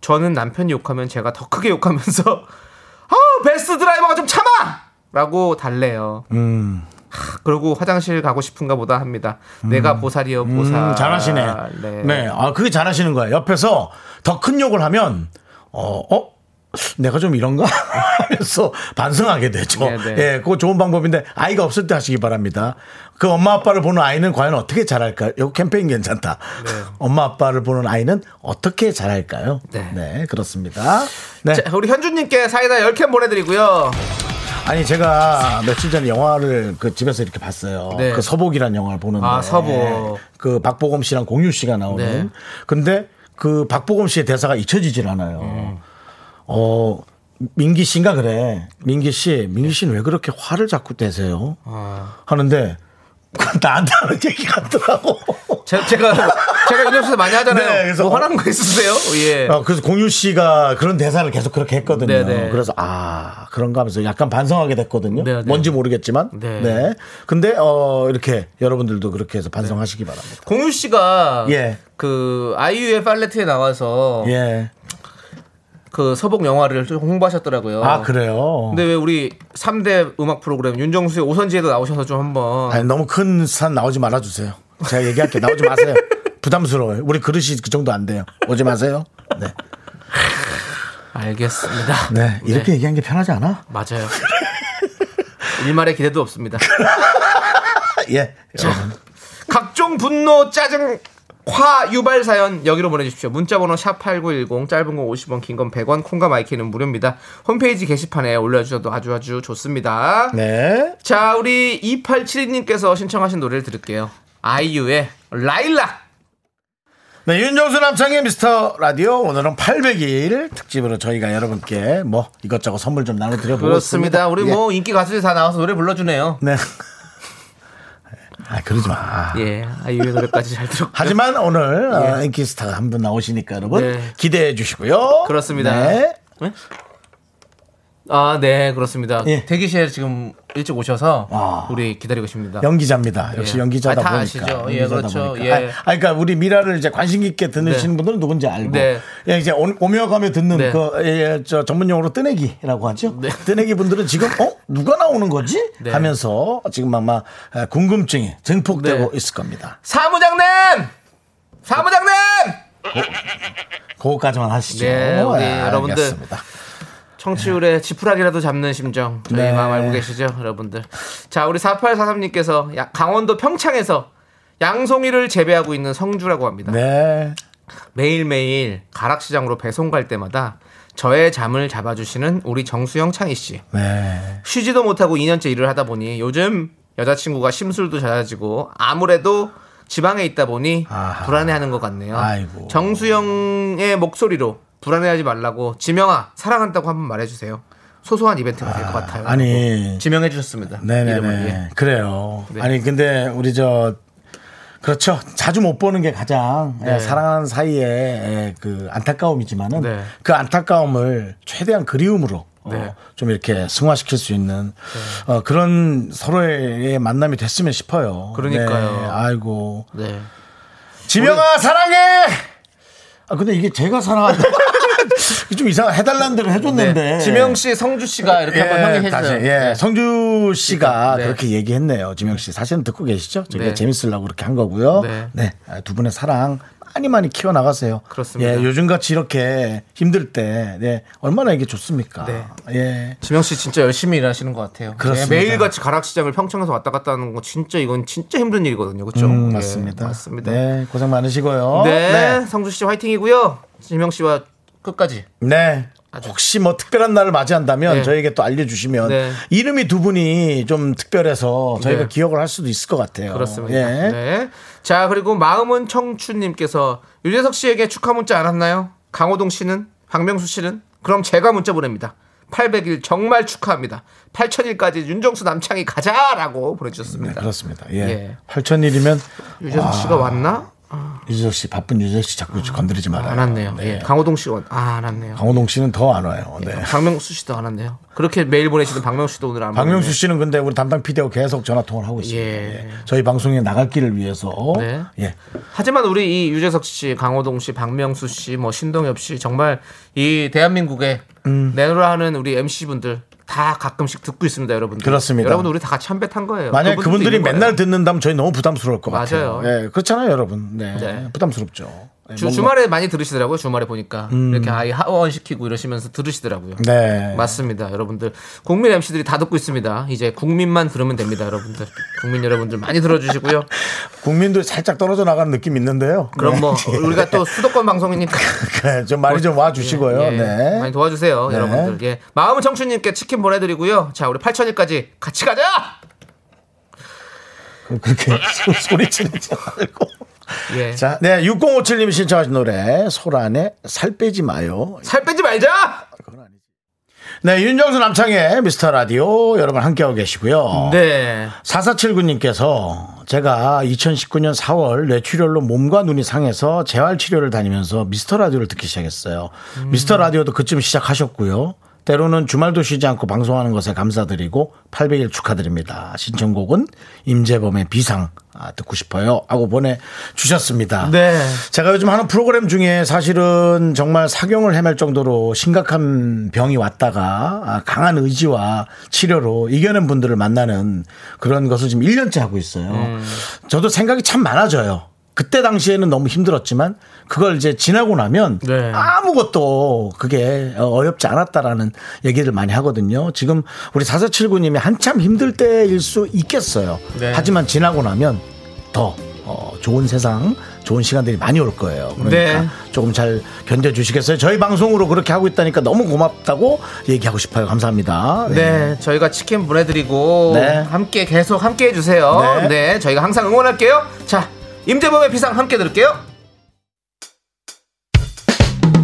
Speaker 2: 저는 남편이 욕하면 제가 더 크게 욕하면서 아 베스트 드라이버가 좀 참아라고 달래요
Speaker 1: 음,
Speaker 2: 크, 그러고 화장실 가고 싶은가 보다 합니다 내가 보살이요
Speaker 1: 음,
Speaker 2: 보살
Speaker 1: 잘하시네.
Speaker 2: 네.
Speaker 1: 네. 아 그게 잘하시는 거예요. 옆에서 더 큰 욕을 하면 어, 어? 내가 좀 이런가? 하면서 반성하게 되죠.
Speaker 2: 네, 네.
Speaker 1: 예, 그거 좋은 방법인데 아이가 없을 때 하시기 바랍니다. 그 엄마 아빠를 보는 아이는 과연 어떻게 자랄까요? 요 캠페인 괜찮다. 엄마 아빠를 보는 아이는 어떻게 자랄까요?
Speaker 2: 네.
Speaker 1: 네, 그렇습니다. 네.
Speaker 2: 자, 우리 현주님께 사이다 10캔 보내드리고요
Speaker 1: 아니 제가 며칠 전에 영화를 그 집에서 이렇게 봤어요.
Speaker 2: 네.
Speaker 1: 그 서복이라는 영화를 보는데
Speaker 2: 아, 서복.
Speaker 1: 그 박보검 씨랑 공유 씨가 나오는.
Speaker 2: 네.
Speaker 1: 근데 그 박보검 씨의 대사가 잊혀지질 않아요. 어 민기 씨인가 그래. 민기 씨, 민기 씨는 왜 그렇게 화를 자꾸 내세요?
Speaker 2: 아.
Speaker 1: 하는데 그 나한테 하는 얘기 같더라고.
Speaker 2: 제, 제가 제가 연습에서 많이 하잖아요
Speaker 1: 네, 그래서
Speaker 2: 뭐 화난 거 있으세요? 예.
Speaker 1: 어, 그래서 공유 씨가 그런 대사를 계속 그렇게 했거든요.
Speaker 2: 네네.
Speaker 1: 그래서 아 그런가 하면서 약간 반성하게 됐거든요.
Speaker 2: 네네.
Speaker 1: 뭔지 모르겠지만.
Speaker 2: 네.
Speaker 1: 네. 근데 어 이렇게 여러분들도 그렇게 해서 반성하시기
Speaker 2: 네.
Speaker 1: 바랍니다.
Speaker 2: 공유 씨가
Speaker 1: 예.
Speaker 2: 그 아이유의 팔레트에 나와서
Speaker 1: 예.
Speaker 2: 그 서복 영화를 좀 홍보하셨더라고요.
Speaker 1: 아 그래요.
Speaker 2: 근데 왜 우리 3대 음악 프로그램 윤정수의 오선지에도 나오셔서 좀 한번
Speaker 1: 아니, 너무 큰 산 나오지 말아주세요. 제가 얘기할게 나오지 마세요. 부담스러워요. 우리 그릇이 그 정도 안 돼요. 오지 마세요. 네.
Speaker 2: 알겠습니다.
Speaker 1: 네. 이렇게 얘기한 게 편하지 않아?
Speaker 2: 맞아요. 일말의 기대도 없습니다. 아,
Speaker 1: 예. 여러분.
Speaker 2: 각종 분노, 짜증, 화 유발 사연 여기로 보내주십시오. 문자번호 샵 #8910 짧은 건 50원, 긴 건 100원, 콩과 마이키는 무료입니다. 홈페이지 게시판에 올려주셔도 아주 아주 좋습니다.
Speaker 1: 네.
Speaker 2: 자, 우리 2872님께서 신청하신 노래를 들을게요. 아이유의 라일락.
Speaker 1: 네, 윤정수 남창의 미스터 라디오 오늘은 800일 특집으로 저희가 여러분께 뭐 이것저것 선물 좀 나눠드려 보겠습니다. 예.
Speaker 2: 그렇습니다. 우리 뭐 인기 가수들이 다 나와서 노래 불러주네요.
Speaker 1: 네. 아 그러지 마.
Speaker 2: 예, 아이유의 노래까지 잘 들었고.
Speaker 1: 하지만 오늘 어, 인기 스타 한 분 나오시니까 여러분
Speaker 2: 예. 네.
Speaker 1: 기대해 주시고요.
Speaker 2: 그렇습니다.
Speaker 1: 네.
Speaker 2: 네? 아, 네, 그렇습니다.
Speaker 1: 예.
Speaker 2: 대기실에 지금 일찍 오셔서
Speaker 1: 아.
Speaker 2: 우리 기다리고 계십니다.
Speaker 1: 연기자입니다. 역시
Speaker 2: 예.
Speaker 1: 연기자다
Speaker 2: 아, 다
Speaker 1: 보니까.
Speaker 2: 아시죠? 예,
Speaker 1: 연기자다
Speaker 2: 그렇죠.
Speaker 1: 보니까.
Speaker 2: 예.
Speaker 1: 아, 아, 그러니까 우리 미라를 이제 관심 깊게 들으시는
Speaker 2: 네.
Speaker 1: 분들은 누군지 알고.
Speaker 2: 네.
Speaker 1: 예, 이제 오- 오며 가며 듣는
Speaker 2: 네.
Speaker 1: 그, 예, 저 전문용어로 뜨내기라고 하죠.
Speaker 2: 네.
Speaker 1: 뜨내기 분들은 지금, 어? 누가 나오는 거지?
Speaker 2: 네.
Speaker 1: 하면서 지금 아마 에, 궁금증이 증폭되고
Speaker 2: 네.
Speaker 1: 있을 겁니다.
Speaker 2: 사무장님! 사무장님!
Speaker 1: 그거까지만 하시죠.
Speaker 2: 네, 우리
Speaker 1: 예,
Speaker 2: 여러분들.
Speaker 1: 알겠습니다.
Speaker 2: 청취율에 지푸라기라도 잡는 심정. 저희
Speaker 1: 네.
Speaker 2: 마음 알고 계시죠, 여러분들. 자, 우리 4843님께서 야- 강원도 평창에서 양송이를 재배하고 있는 성주라고 합니다.
Speaker 1: 네.
Speaker 2: 매일매일 가락시장으로 배송 갈 때마다 저의 잠을 잡아주시는 우리 정수영 창희 씨.
Speaker 1: 네.
Speaker 2: 쉬지도 못하고 2년째 일을 하다 보니 요즘 여자친구가 심술도 잦아지고 아무래도 지방에 있다 보니
Speaker 1: 아하.
Speaker 2: 불안해하는 것 같네요.
Speaker 1: 아이고.
Speaker 2: 정수영의 목소리로 불안해하지 말라고 지명아 사랑한다고 한번 말해주세요. 소소한 이벤트가 될 것 같아요.
Speaker 1: 아니.
Speaker 2: 지명해 주셨습니다. 이름을 예.
Speaker 1: 네네네. 그래요. 아니, 근데 우리 저, 그렇죠. 자주 못 보는 게 가장 예, 사랑하는 사이에 그 안타까움이지만은
Speaker 2: 네.
Speaker 1: 그 안타까움을 최대한 그리움으로
Speaker 2: 네.
Speaker 1: 좀 이렇게 승화시킬 수 있는 어, 그런 서로의 만남이 됐으면 싶어요.
Speaker 2: 그러니까요.
Speaker 1: 네, 아이고.
Speaker 2: 네.
Speaker 1: 지명아 사랑해. 아 근데 이게 제가 사랑한다. 좀 이상 해달라는 대로 해줬는데.
Speaker 2: 네. 지명 씨, 성주 씨가 이렇게 한번 형님
Speaker 1: 다시,
Speaker 2: 해주세요.
Speaker 1: 예. 성주 씨가
Speaker 2: 네.
Speaker 1: 그렇게 얘기했네요. 지명 씨 사실은 듣고 계시죠? 저희가
Speaker 2: 네.
Speaker 1: 재밌으려고 그렇게 한 거고요.
Speaker 2: 네.
Speaker 1: 네. 아, 두 분의 사랑 많이 많이 키워 나가세요.
Speaker 2: 그렇습니다.
Speaker 1: 예, 요즘 같이 이렇게 힘들 때 네, 얼마나 이게 좋습니까?
Speaker 2: 네.
Speaker 1: 예.
Speaker 2: 지명 씨 진짜 열심히 일하시는 것 같아요. 예,
Speaker 1: 그렇습니다.
Speaker 2: 매일 같이 가락시장을 평창에서 왔다 갔다 하는 거 진짜 이건 진짜 힘든 일이거든요. 그렇죠?
Speaker 1: 음,
Speaker 2: 예,
Speaker 1: 맞습니다.
Speaker 2: 맞습니다. 네.
Speaker 1: 네, 고생 많으시고요.
Speaker 2: 어? 성주 씨 화이팅이고요. 지명 씨와 끝까지.
Speaker 1: 네.
Speaker 2: 아주-
Speaker 1: 혹시 뭐 특별한 날을 맞이한다면
Speaker 2: 네.
Speaker 1: 저에게 또 알려주시면
Speaker 2: 네.
Speaker 1: 이름이 두 분이 좀 특별해서 저희가
Speaker 2: 네.
Speaker 1: 기억을 할 수도 있을 것 같아요.
Speaker 2: 그렇습니다.
Speaker 1: 예.
Speaker 2: 네. 자, 그리고 마음은 청춘님께서 유재석 씨에게 축하 문자 안 왔나요? 강호동 씨는? 박명수 씨는? 그럼 제가 문자 보냅니다. 800일 정말 축하합니다. 8000일까지 윤정수 남창이 가자라고
Speaker 1: 네,
Speaker 2: 보내주셨습니다.
Speaker 1: 그렇습니다. 아. 예.
Speaker 2: 예.
Speaker 1: 8,000일이면
Speaker 2: 유재석 씨가 왔나?
Speaker 1: 유재석 씨 바쁜 유재석 씨 자꾸 건드리지 말아요.
Speaker 2: 안 왔네요.
Speaker 1: 네.
Speaker 2: 예. 강호동 씨가 왔- 아, 안 왔네요.
Speaker 1: 강호동 씨는 더 안 와요. 네.
Speaker 2: 박명수 씨도 안 왔네요. 그렇게 메일 보내시던 박명수 씨도 오늘 안
Speaker 1: 박명수
Speaker 2: 왔네요.
Speaker 1: 씨는 근데 우리 담당 PD하고 계속 전화 통화를 하고 있습니다.
Speaker 2: 예.
Speaker 1: 예. 저희 방송에 나갈 길을 위해서
Speaker 2: 네.
Speaker 1: 예.
Speaker 2: 하지만 우리 이 유재석 씨, 강호동 씨, 박명수 씨, 뭐 신동엽 씨 정말 이 대한민국에
Speaker 1: 음.
Speaker 2: 내노라 하는 우리 MC 분들 다 가끔씩 듣고 있습니다, 여러분들.
Speaker 1: 그렇습니다.
Speaker 2: 여러분 우리 다 같이 한 배 탄 거예요.
Speaker 1: 만약에
Speaker 2: 그분들도
Speaker 1: 그분들이
Speaker 2: 있는
Speaker 1: 맨날
Speaker 2: 거예요.
Speaker 1: 듣는다면 저희 너무 부담스러울 것
Speaker 2: 맞아요.
Speaker 1: 같아요. 예. 그렇잖아요, 여러분. 네.
Speaker 2: 네.
Speaker 1: 부담스럽죠. 예,
Speaker 2: 주,
Speaker 1: 뭔가-
Speaker 2: 주말에 많이 들으시더라고요. 주말에 보니까 이렇게 아이 하원 시키고 이러시면서 들으시더라고요.
Speaker 1: 음. 네.
Speaker 2: 맞습니다, 여러분들. 국민 MC들이 다 듣고 있습니다. 이제 국민만 들으면 됩니다, 여러분들. 국민 여러분들 많이 들어주시고요.
Speaker 1: 국민도 살짝 떨어져 나가는 느낌 이 있는데요.
Speaker 2: 그럼 뭐
Speaker 1: 네.
Speaker 2: 우리가 또 수도권 방송이니까
Speaker 1: 네, 좀 많이 좀 와 주시고요.
Speaker 2: 예,
Speaker 1: 네.
Speaker 2: 많이 도와주세요,
Speaker 1: 네.
Speaker 2: 여러분들. 예. 마음은 청춘님께 치킨 보내드리고요. 자, 우리 8천일까지 같이 가자.
Speaker 1: 그럼 그렇게 소- 소리치는지 알고.
Speaker 2: 예.
Speaker 1: 자, 네, 6057님 신청하신 노래 소란의 살 빼지 마요.
Speaker 2: 살 빼지 말자.
Speaker 1: 네, 윤정수 남창의 미스터 라디오 여러분 함께하고 계시고요.
Speaker 2: 네.
Speaker 1: 4479님께서 제가 2019년 4월 뇌출혈로 몸과 눈이 상해서 재활치료를 다니면서 미스터 라디오를 듣기 시작했어요.
Speaker 2: 음.
Speaker 1: 미스터 라디오도 그쯤 시작하셨고요. 때로는 주말도 쉬지 않고 방송하는 것에 감사드리고 800일 축하드립니다. 신청곡은 임재범의 비상 아, 듣고 싶어요. 하고 보내주셨습니다.
Speaker 2: 네.
Speaker 1: 제가 요즘 하는 프로그램 중에 사실은 정말 사경을 헤맬 정도로 심각한 병이 왔다가 아, 강한 의지와 치료로 이겨낸 분들을 만나는 그런 것을 지금 1년째 하고 있어요. 저도 생각이 참 많아져요. 그때 당시에는 너무 힘들었지만 그걸 이제 지나고 나면
Speaker 2: 네.
Speaker 1: 아무것도 그게 어렵지 않았다라는 얘기를 많이 하거든요. 지금 우리 4479님이 한참 힘들 때일 수 있겠어요.
Speaker 2: 네.
Speaker 1: 하지만 지나고 나면 더 어, 좋은 세상, 좋은 시간들이 많이 올 거예요. 그러니까
Speaker 2: 네.
Speaker 1: 조금 잘 견뎌주시겠어요? 저희 방송으로 그렇게 하고 있다니까 너무 고맙다고 얘기하고 싶어요. 감사합니다.
Speaker 2: 네. 저희가 치킨 보내드리고
Speaker 1: 네.
Speaker 2: 함께 계속 함께 해주세요. 네.
Speaker 1: 네.
Speaker 2: 저희가 항상 응원할게요. 자, 임재범의 비상 함께 들을게요.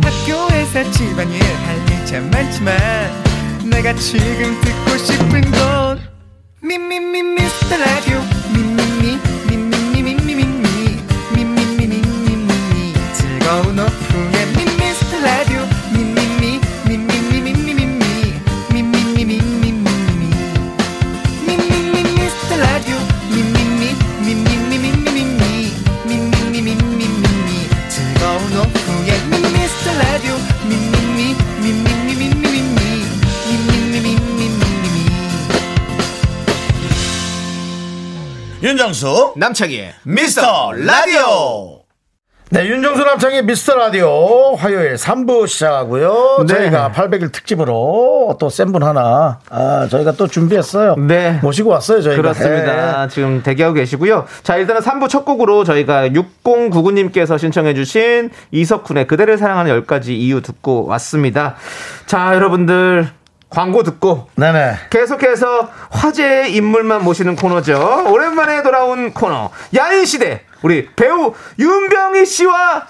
Speaker 3: 학교에서 집안일 할 일 참 많지만 내가 지금 듣고 싶은 건 미미미 미스터 라디오 미미미 미미미 미미미 미미미 미미미 즐거운 오후에 미스터 라디오 미미미 미미미 미미미 미미미 미미미
Speaker 1: 윤정수,
Speaker 2: 남창희의
Speaker 1: 미스터 라디오. 네, 윤정수 남창의 미스터 라디오 화요일 3부 시작하고요.
Speaker 2: 네.
Speaker 1: 저희가 800일 특집으로 또 센 분 하나 아, 저희가 또 준비했어요.
Speaker 2: 네.
Speaker 1: 모시고 왔어요, 저희가.
Speaker 2: 그렇습니다.
Speaker 1: 네.
Speaker 2: 지금 대기하고 계시고요. 자, 일단은 3부 첫 곡으로 저희가 6099님께서 신청해주신 이석훈의 그대를 사랑하는 10가지 이유 듣고 왔습니다. 자, 여러분들 광고 듣고
Speaker 1: 네네.
Speaker 2: 계속해서 화제의 인물만 모시는 코너죠. 오랜만에 돌아온 코너 야인시대 우리 배우 윤병희 씨와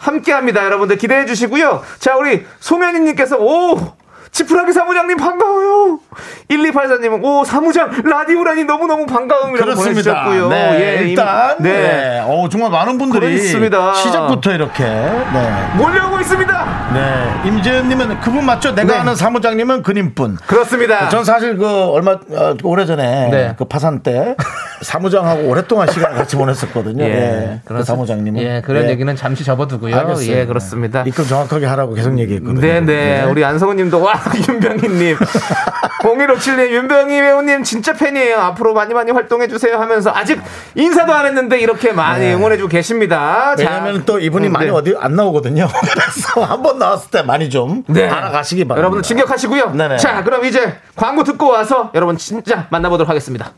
Speaker 2: 함께합니다. 여러분들 기대해 주시고요. 자 우리 송현희님께서 오 지푸라기 사무장님 반가워요. 1284님은 오 사무장 라디오라니 너무너무 반가움이라고
Speaker 1: 그렇습니다.
Speaker 2: 보내주셨고요.
Speaker 1: 네,
Speaker 2: 예,
Speaker 1: 일단
Speaker 2: 네.
Speaker 1: 네. 어 정말 많은 분들이
Speaker 2: 그렇습니다.
Speaker 1: 시작부터 이렇게 네.
Speaker 2: 몰려오고 있습니다.
Speaker 1: 네. 임재현 님은 그분 맞죠? 내가
Speaker 2: 네.
Speaker 1: 아는 사무장님은 그님뿐.
Speaker 2: 그렇습니다.
Speaker 1: 전 사실 그 얼마 어, 오래전에
Speaker 2: 네.
Speaker 1: 그 파산 때 사무장하고 오랫동안 시간을 같이 보냈었거든요. 예. 그
Speaker 2: 그렇습-
Speaker 1: 사무장님은
Speaker 2: 네, 예, 그런
Speaker 1: 네.
Speaker 2: 얘기는 잠시 접어두고요.
Speaker 1: 알겠어요.
Speaker 2: 예, 그렇습니다.
Speaker 1: 입금 정확하게 하라고 계속 얘기했거든요.
Speaker 2: 네네 우리 안성우님도 와 윤병희님 0157님 윤병희 배우님 진짜 팬이에요 앞으로 많이 많이 활동해 주세요 하면서 아직 인사도 안 했는데 이렇게 많이 응원해 주고 계십니다 자,
Speaker 1: 네. 왜냐하면 또 이분이
Speaker 2: 음,
Speaker 1: 많이
Speaker 2: 네.
Speaker 1: 어디 안 나오거든요. 그래서 한 번 나왔을 때 많이 좀
Speaker 2: 네.
Speaker 1: 알아가시기 바랍니다.
Speaker 2: 여러분들 진격하시고요
Speaker 1: 네네.
Speaker 2: 자 그럼 이제 광고 듣고 와서 여러분 진짜 만나보도록 하겠습니다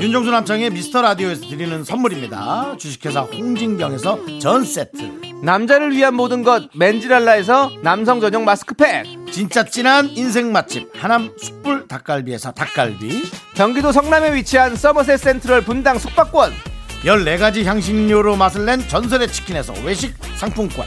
Speaker 1: 윤종수 남창의 미스터 라디오에서 드리는 선물입니다. 주식회사 홍진경에서 전 세트.
Speaker 2: 남자를 위한 모든 것 맨지랄라에서 남성 전용 마스크팩
Speaker 1: 진짜 진한 인생 맛집 하남 숯불 닭갈비에서 닭갈비.
Speaker 2: 경기도 성남에 위치한 서머셋 센트럴 분당 숙박권
Speaker 1: 14가지 향신료로 맛을 낸 전설의 치킨에서 외식 상품권.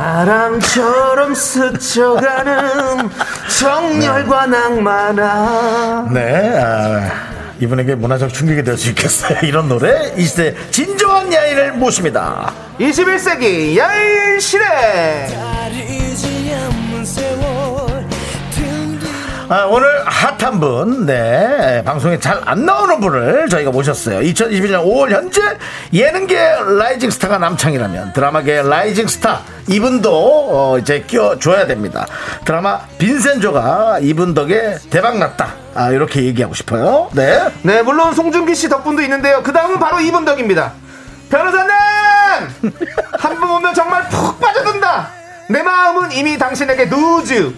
Speaker 2: 바람처럼 스쳐가는 정열과 낭만아
Speaker 1: 네. 아, 이분에게 문화적 충격이 될 수 있겠어요. 이런 노래 이 시대 진정한 야인을 모십니다.
Speaker 2: 21세기 야일시대
Speaker 1: 아, 오늘 핫한 분, 네, 방송에 잘 안 나오는 분을 저희가 모셨어요. 2021년 5월 현재 예능계 라이징 스타가 남창이라면 드라마계 라이징 스타 이분도 어, 이제 끼워줘야 됩니다. 드라마 빈센조가 이분 덕에 대박 났다. 아, 이렇게 얘기하고 싶어요. 네.
Speaker 2: 네 물론 송중기씨 덕분도 있는데요 그 다음은 바로 이분 덕입니다 변호사님 한 번 보면 정말 푹 빠져든다 내 마음은 이미 당신에게 누즈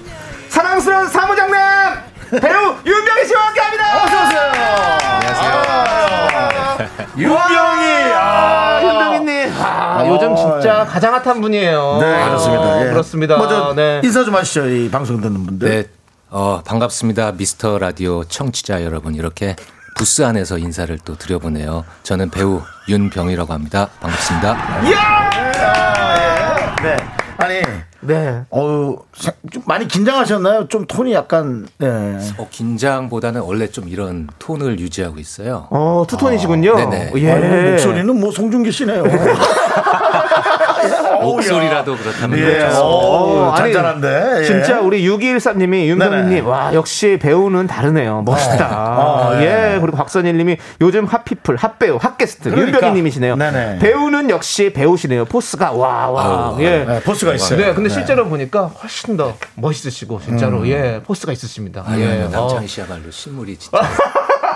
Speaker 2: 사랑스러운 사무장님 배우 윤병희 씨와 함께합니다 아. 안녕하세요
Speaker 1: 아, 유병이! 아.
Speaker 2: 윤병희님 아, 요즘 진짜 가장 핫한 분이에요 아,
Speaker 1: 네, 그렇습니다. 예.
Speaker 2: 그렇습니다
Speaker 1: 먼저
Speaker 2: 네.
Speaker 1: 인사 좀 하시죠, 이 방송 듣는 분들.
Speaker 5: 네. 어, 반갑습니다. 미스터 라디오 청취자 여러분. 이렇게 부스 안에서 인사를 또 드려보네요. 저는 배우 윤병이라고 합니다. 반갑습니다.
Speaker 1: 네. 아니,
Speaker 2: 네.
Speaker 1: 어우, 생- 좀 많이 긴장하셨나요? 좀 톤이 약간, 예.
Speaker 5: 어, 긴장보다는 원래 좀 이런 톤을 유지하고 있어요.
Speaker 2: 어 투톤이시군요
Speaker 5: 네네.
Speaker 2: 예.
Speaker 1: 아유, 목소리는 뭐 송중기 씨네요. 아,
Speaker 5: 목소리라도 그렇다면
Speaker 1: 예.
Speaker 5: 어쩔 수 없-
Speaker 1: 오,
Speaker 2: 어, 아니,
Speaker 1: 잔잔한데. 예.
Speaker 2: 진짜 우리 6213님이
Speaker 1: 네네.
Speaker 2: 윤병희님 와 역시 배우는 다르네요 멋있다
Speaker 1: 어, 예.
Speaker 2: 예 그리고 박선일님이 요즘 핫피플 핫배우 핫게스트
Speaker 1: 그러니까.
Speaker 2: 윤병희님이시네요
Speaker 1: 네네.
Speaker 2: 배우는 역시 배우시네요 포스가 와와
Speaker 5: 아우,
Speaker 1: 네, 음.
Speaker 2: 예.
Speaker 1: 보스가 있어요.
Speaker 2: 네, 근데 실제로 보니까 훨씬 더 멋있으시고 진짜로 예 포스가 있으십니다.
Speaker 5: 아니,
Speaker 2: 예,
Speaker 5: 아니, 남창희 씨야말로 실물이 진짜.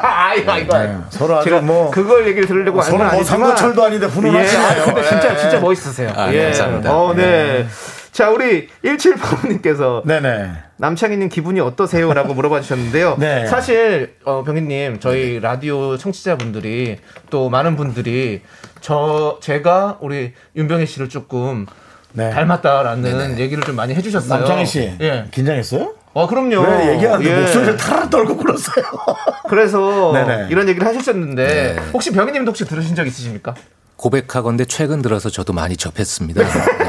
Speaker 2: 아, 이거 이거.
Speaker 1: 서로 네. 아주
Speaker 2: 제가
Speaker 1: 뭐
Speaker 2: 그걸 얘기를 들으려고 하는
Speaker 1: 서로
Speaker 2: 건
Speaker 1: 뭐
Speaker 2: 아니지만
Speaker 1: 삼고철도 아닌데 훈훈하시네요.
Speaker 2: 아, 근데
Speaker 1: 예,
Speaker 2: 진짜
Speaker 1: 예.
Speaker 2: 진짜 멋있으세요.
Speaker 5: 아, 감사합니다.
Speaker 2: 어, 네. 자, 우리 1785님께서
Speaker 1: 예. 네네.
Speaker 2: 남창희님 기분이 어떠세요?라고 물어봐 주셨는데요.
Speaker 1: 네.
Speaker 2: 사실 어, 병희님 저희 라디오 청취자분들이 또 많은 분들이 저 제가 우리 윤병희 씨를 조금
Speaker 1: 네.
Speaker 2: 닮았다라는 얘기를 좀 많이 해주셨어요.
Speaker 1: 남창희 씨.
Speaker 2: 예.
Speaker 1: 긴장했어요?
Speaker 2: 어 그럼요.
Speaker 1: 왜 얘기하는데
Speaker 2: 예.
Speaker 1: 목소리를 타라 떨고 굴었어요?
Speaker 2: 그래서
Speaker 1: 네네.
Speaker 2: 이런 얘기를 하셨었는데
Speaker 5: 네.
Speaker 2: 혹시 병희님도 혹시 들으신 적 있으십니까?
Speaker 5: 고백하건데 최근 들어서 저도 많이 접했습니다.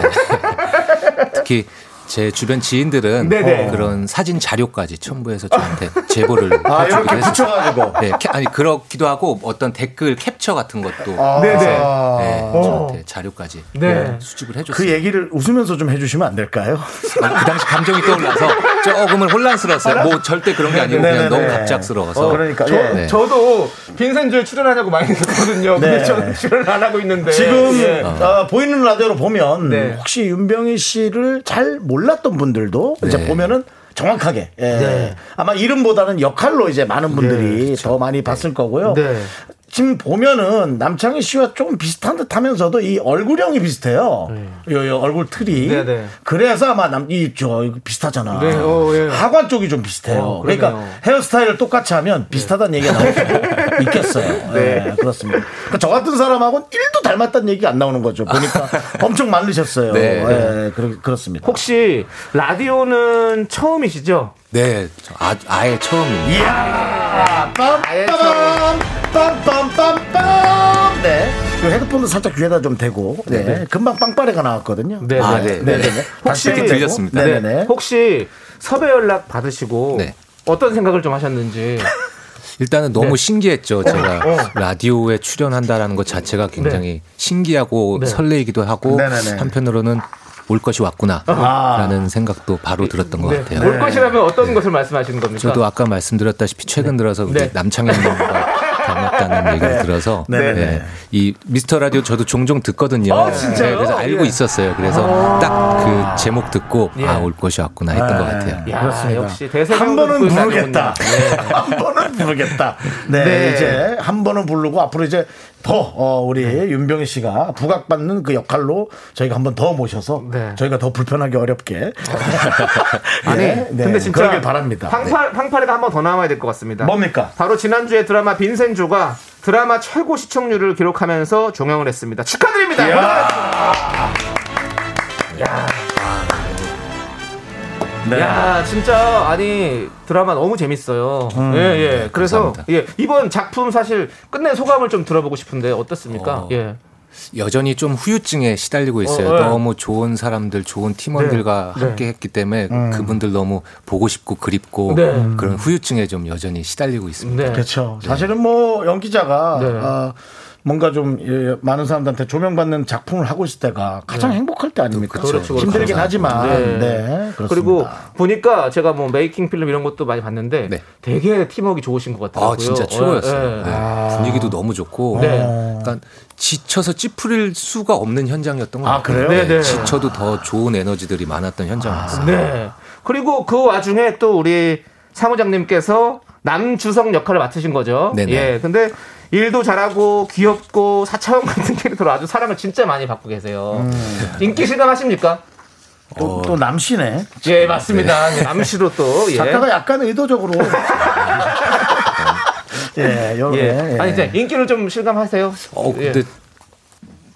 Speaker 5: 네. 특히 제 주변 지인들은
Speaker 2: 네네.
Speaker 5: 그런 사진 자료까지 첨부해서 저한테 제보를
Speaker 1: 아,
Speaker 5: 해주기도
Speaker 1: 이렇게
Speaker 5: 했어요.
Speaker 1: 붙여가지고.
Speaker 5: 네, 캐- 아니 그렇기도 하고 어떤 댓글 캡처 같은 것도
Speaker 1: 아,
Speaker 5: 네, 저한테 자료까지
Speaker 2: 네.
Speaker 5: 수집을
Speaker 1: 그
Speaker 5: 해줬어요.
Speaker 1: 얘기를 웃으면서 좀 해주시면 안 될까요?
Speaker 5: 아, 그 당시 감정이 떠올라서 조금은 혼란스러웠어요. 뭐 절대 그런 게 아니고 그냥 너무
Speaker 1: 아, 네네네.
Speaker 5: 갑작스러워서.
Speaker 1: 어, 그러니까.
Speaker 2: 저,
Speaker 1: 예.
Speaker 5: 네.
Speaker 2: 저도 빈센조에 출연하냐고 많이 했거든요.
Speaker 1: 네.
Speaker 2: 근데 저는 출연 안 하고 있는데
Speaker 1: 지금
Speaker 2: 예.
Speaker 1: 아, 보이는 라디오로 보면
Speaker 2: 네.
Speaker 1: 혹시 윤병희 씨를 잘 몰랐던 분들도 이제
Speaker 5: 네.
Speaker 1: 보면은 정확하게 예.
Speaker 2: 네.
Speaker 1: 아마 이름보다는 역할로 이제 많은 분들이 더 많이 봤을 거고요.
Speaker 2: 그렇죠. 네.
Speaker 1: 지금 보면은 남창희 씨와 조금 비슷한 듯하면서도 이 얼굴형이 비슷해요. 요, 요 얼굴 틀이.
Speaker 2: 네, 네.
Speaker 1: 그래서 아마 남이저 비슷하잖아.
Speaker 2: 네, 어, 예.
Speaker 1: 하관 쪽이 좀 비슷해요.
Speaker 2: 어, 그러네요.
Speaker 1: 그러니까 헤어스타일을 똑같이 하면 비슷하다는 얘기가 나올 수 있겠어요. 네. 그렇습니다. 그러니까 저 같은 사람하고는 1도 닮았다는 얘기가 안 나오는 거죠. 보니까 엄청 많으셨어요.
Speaker 5: 네.
Speaker 1: 예, 그렇, 그렇습니다.
Speaker 2: 혹시 라디오는 처음이시죠?
Speaker 5: 네, 저 아, 아예 처음입니다.
Speaker 1: 이야!
Speaker 2: 아예
Speaker 1: 빰빰빰! 빰빰빰빰! 네. 요 헤드폰도 살짝 귀에다 좀 대고. 네. 금방 빵빠레가 나왔거든요.
Speaker 2: 네.
Speaker 5: 아, 네.
Speaker 1: 네네.
Speaker 5: 네.
Speaker 2: 혹시-
Speaker 1: 게
Speaker 5: 들렸습니다.
Speaker 1: 네네. 네.
Speaker 2: 혹시 섭외 연락 받으시고
Speaker 5: 네.
Speaker 2: 어떤 생각을 좀 하셨는지
Speaker 5: 일단은 너무
Speaker 2: 네. 어.
Speaker 5: 신기했죠. 제가 라디오에 출연한다라는 것 자체가
Speaker 2: 네.
Speaker 5: 굉장히 신기하고 설레이기도 하고
Speaker 1: 네네네.
Speaker 5: 한편으로는 올 것이 왔구나라는 생각도 바로 들었던 것
Speaker 2: 아. 네.
Speaker 5: 같아요.
Speaker 2: 올 것이라면
Speaker 1: 네.
Speaker 2: 어떤 것을 말씀하시는 겁니까?
Speaker 5: 저도 아까 말씀드렸다시피 최근 들어서 우리
Speaker 2: 네.
Speaker 5: 남창현 님과 닮았다는 얘기를 들어서
Speaker 1: 네, 네, 네.
Speaker 5: 예, 이 미스터 라디오 저도 종종 듣거든요.
Speaker 2: 아, 진짜요?
Speaker 5: 예, 그래서 알고
Speaker 2: 예.
Speaker 5: 있었어요. 그래서 딱 그 제목 듣고
Speaker 2: 예.
Speaker 5: 아 올 것이 왔구나 했던 것 같아요.
Speaker 2: 야,
Speaker 1: 그렇습니다.
Speaker 2: 역시 대세가 그
Speaker 1: 한 번은
Speaker 2: 웃고
Speaker 1: 부르겠다.
Speaker 2: 다니군요. 네.
Speaker 1: 한 번은 부르겠다. 네,
Speaker 2: 네.
Speaker 1: 이제 한 번은 부르고 앞으로 이제 더 어, 우리
Speaker 2: 네.
Speaker 1: 윤병희 씨가 부각받는 그 역할로 저희가 한 번 더 모셔서
Speaker 2: 네.
Speaker 1: 저희가 더 불편하게 어렵게.
Speaker 2: 아니,
Speaker 1: 예, 네,
Speaker 2: 근데 진짜
Speaker 1: 그러길 바랍니다. 네.
Speaker 2: 팡파, 팡파레가 한 번 더 남아야 될 것 같습니다.
Speaker 1: 뭡니까?
Speaker 2: 바로 지난주에 드라마 빈센조가 드라마 최고 시청률을 기록하면서 종영을 했습니다. 축하드립니다.
Speaker 1: 네.
Speaker 2: 야, 진짜 아니 드라마 너무 재밌어요. 예, 예. 그래서
Speaker 5: 음, 감사합니다.
Speaker 2: 예, 이번 작품 사실 끝낸 소감을 좀 들어보고 싶은데 어떻습니까?
Speaker 5: 어.
Speaker 2: 예.
Speaker 5: 여전히 좀 후유증에 시달리고 있어요.
Speaker 2: 어, 네.
Speaker 5: 너무 좋은 사람들, 좋은 팀원들과
Speaker 2: 네, 네.
Speaker 5: 함께 했기 때문에 그분들 너무 보고 싶고 그립고
Speaker 2: 네.
Speaker 5: 그런 후유증에 좀 여전히 시달리고 있습니다.
Speaker 2: 네.
Speaker 1: 그렇죠. 사실은 뭐 연기자가
Speaker 2: 네.
Speaker 1: 어, 뭔가 좀 예, 많은 사람들한테 조명받는 작품을 하고 있을 때가
Speaker 2: 네.
Speaker 1: 가장 행복할 때 아닙니까?
Speaker 5: 그렇죠, 그렇죠.
Speaker 1: 힘들긴
Speaker 5: 감사합니다.
Speaker 1: 하지만 네. 그렇습니다.
Speaker 2: 그리고 뭐, 보니까 제가 뭐 메이킹 필름 이런 것도 많이 봤는데
Speaker 5: 네.
Speaker 2: 되게 팀워크 좋으신 것 같아요.
Speaker 5: 아 진짜 최고였어요. 네. 분위기도 너무 좋고
Speaker 2: 네.
Speaker 5: 약간 지쳐서 찌푸릴 수가 없는 현장이었던 것
Speaker 1: 아,
Speaker 5: 같아요.
Speaker 1: 그래요?
Speaker 2: 네, 네.
Speaker 5: 지쳐도 더 좋은 에너지들이 많았던 현장이었어요.
Speaker 2: 네. 그리고 그 와중에 또 우리 사무장님께서 남주성 역할을 맡으신 거죠.
Speaker 5: 네네.
Speaker 2: 예. 근데 일도 잘하고 귀엽고 사차원 같은 캐릭터로 아주 사랑을 진짜 많이 받고 계세요.
Speaker 1: 음.
Speaker 2: 인기 실감하십니까? 어.
Speaker 1: 또, 또 남씨네.
Speaker 2: 예, 맞습니다. 남씨로 또 예.
Speaker 1: 작가가 약간 의도적으로. 예, 요게.
Speaker 2: 예. 아니 이제 인기를 좀 실감하세요?
Speaker 5: 어
Speaker 2: 예.
Speaker 5: 근데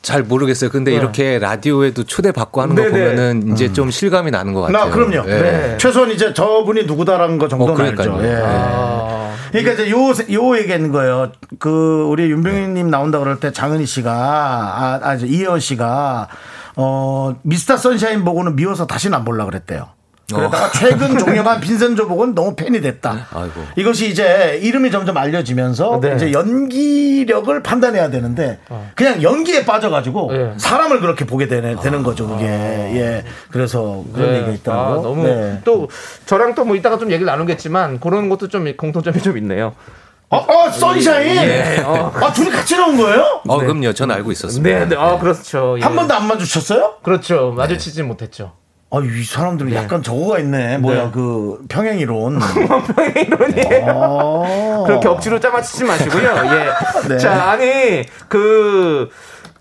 Speaker 5: 잘 모르겠어요. 근데
Speaker 2: 네.
Speaker 5: 이렇게 라디오에도 초대받고 하는 거
Speaker 2: 네네.
Speaker 5: 보면은 이제 좀 실감이 나는 것 같아요.
Speaker 1: 나 그럼요.
Speaker 5: 예.
Speaker 1: 네. 최소한 이제 저분이 누구다라는 거
Speaker 5: 어,
Speaker 1: 정도는
Speaker 5: 그러니까요.
Speaker 1: 알죠. 예.
Speaker 2: 아,
Speaker 1: 그러니까 이제 요, 요 얘기하는 거예요. 그, 우리
Speaker 5: 네.
Speaker 1: 윤병희님 나온다 그럴 때 장은희 씨가, 아, 아 이제 이혜원 씨가, 어, 미스터 선샤인 보고는 미워서 다시는 안 볼라 그랬대요. 그러다가 최근 종영한 빈센조 보고는 너무 팬이 됐다.
Speaker 5: 어. 네. 아이고.
Speaker 1: 것이 이제 이름이 점점 알려지면서
Speaker 2: 네.
Speaker 1: 이제 연기력을 판단해야 되는데 그냥 연기에 빠져가지고
Speaker 2: 네.
Speaker 1: 사람을 그렇게 보게 되는,
Speaker 5: 아.
Speaker 1: 되는 거죠 그게 예 그래서 그런
Speaker 2: 네.
Speaker 1: 얘기가
Speaker 2: 아,
Speaker 1: 있다고
Speaker 2: 너무
Speaker 1: 네.
Speaker 2: 또 저랑 또 뭐 이따가 좀 얘기를 나누겠지만 그런 것도 좀 공통점이 좀 있네요.
Speaker 1: 어, 어
Speaker 2: 예.
Speaker 1: 선샤인
Speaker 2: 어.
Speaker 1: 아 둘이 같이 나온 거예요?
Speaker 5: 어 그럼요. 전 알고 있었습니다.
Speaker 2: 네, 네. 아, 그렇죠. 예.
Speaker 1: 한 번도 안 마주쳤어요?
Speaker 2: 그렇죠. 마주치진 못했죠.
Speaker 1: 아, 이 사람들은
Speaker 2: 네.
Speaker 1: 약간 저거가 있네. 뭐야, 그, 평행이론. 네.
Speaker 2: 이론이에요.
Speaker 1: 어.
Speaker 2: 그렇게 억지로 짜맞추지 마시고요. 예.
Speaker 1: 네.
Speaker 2: 자, 아니 그.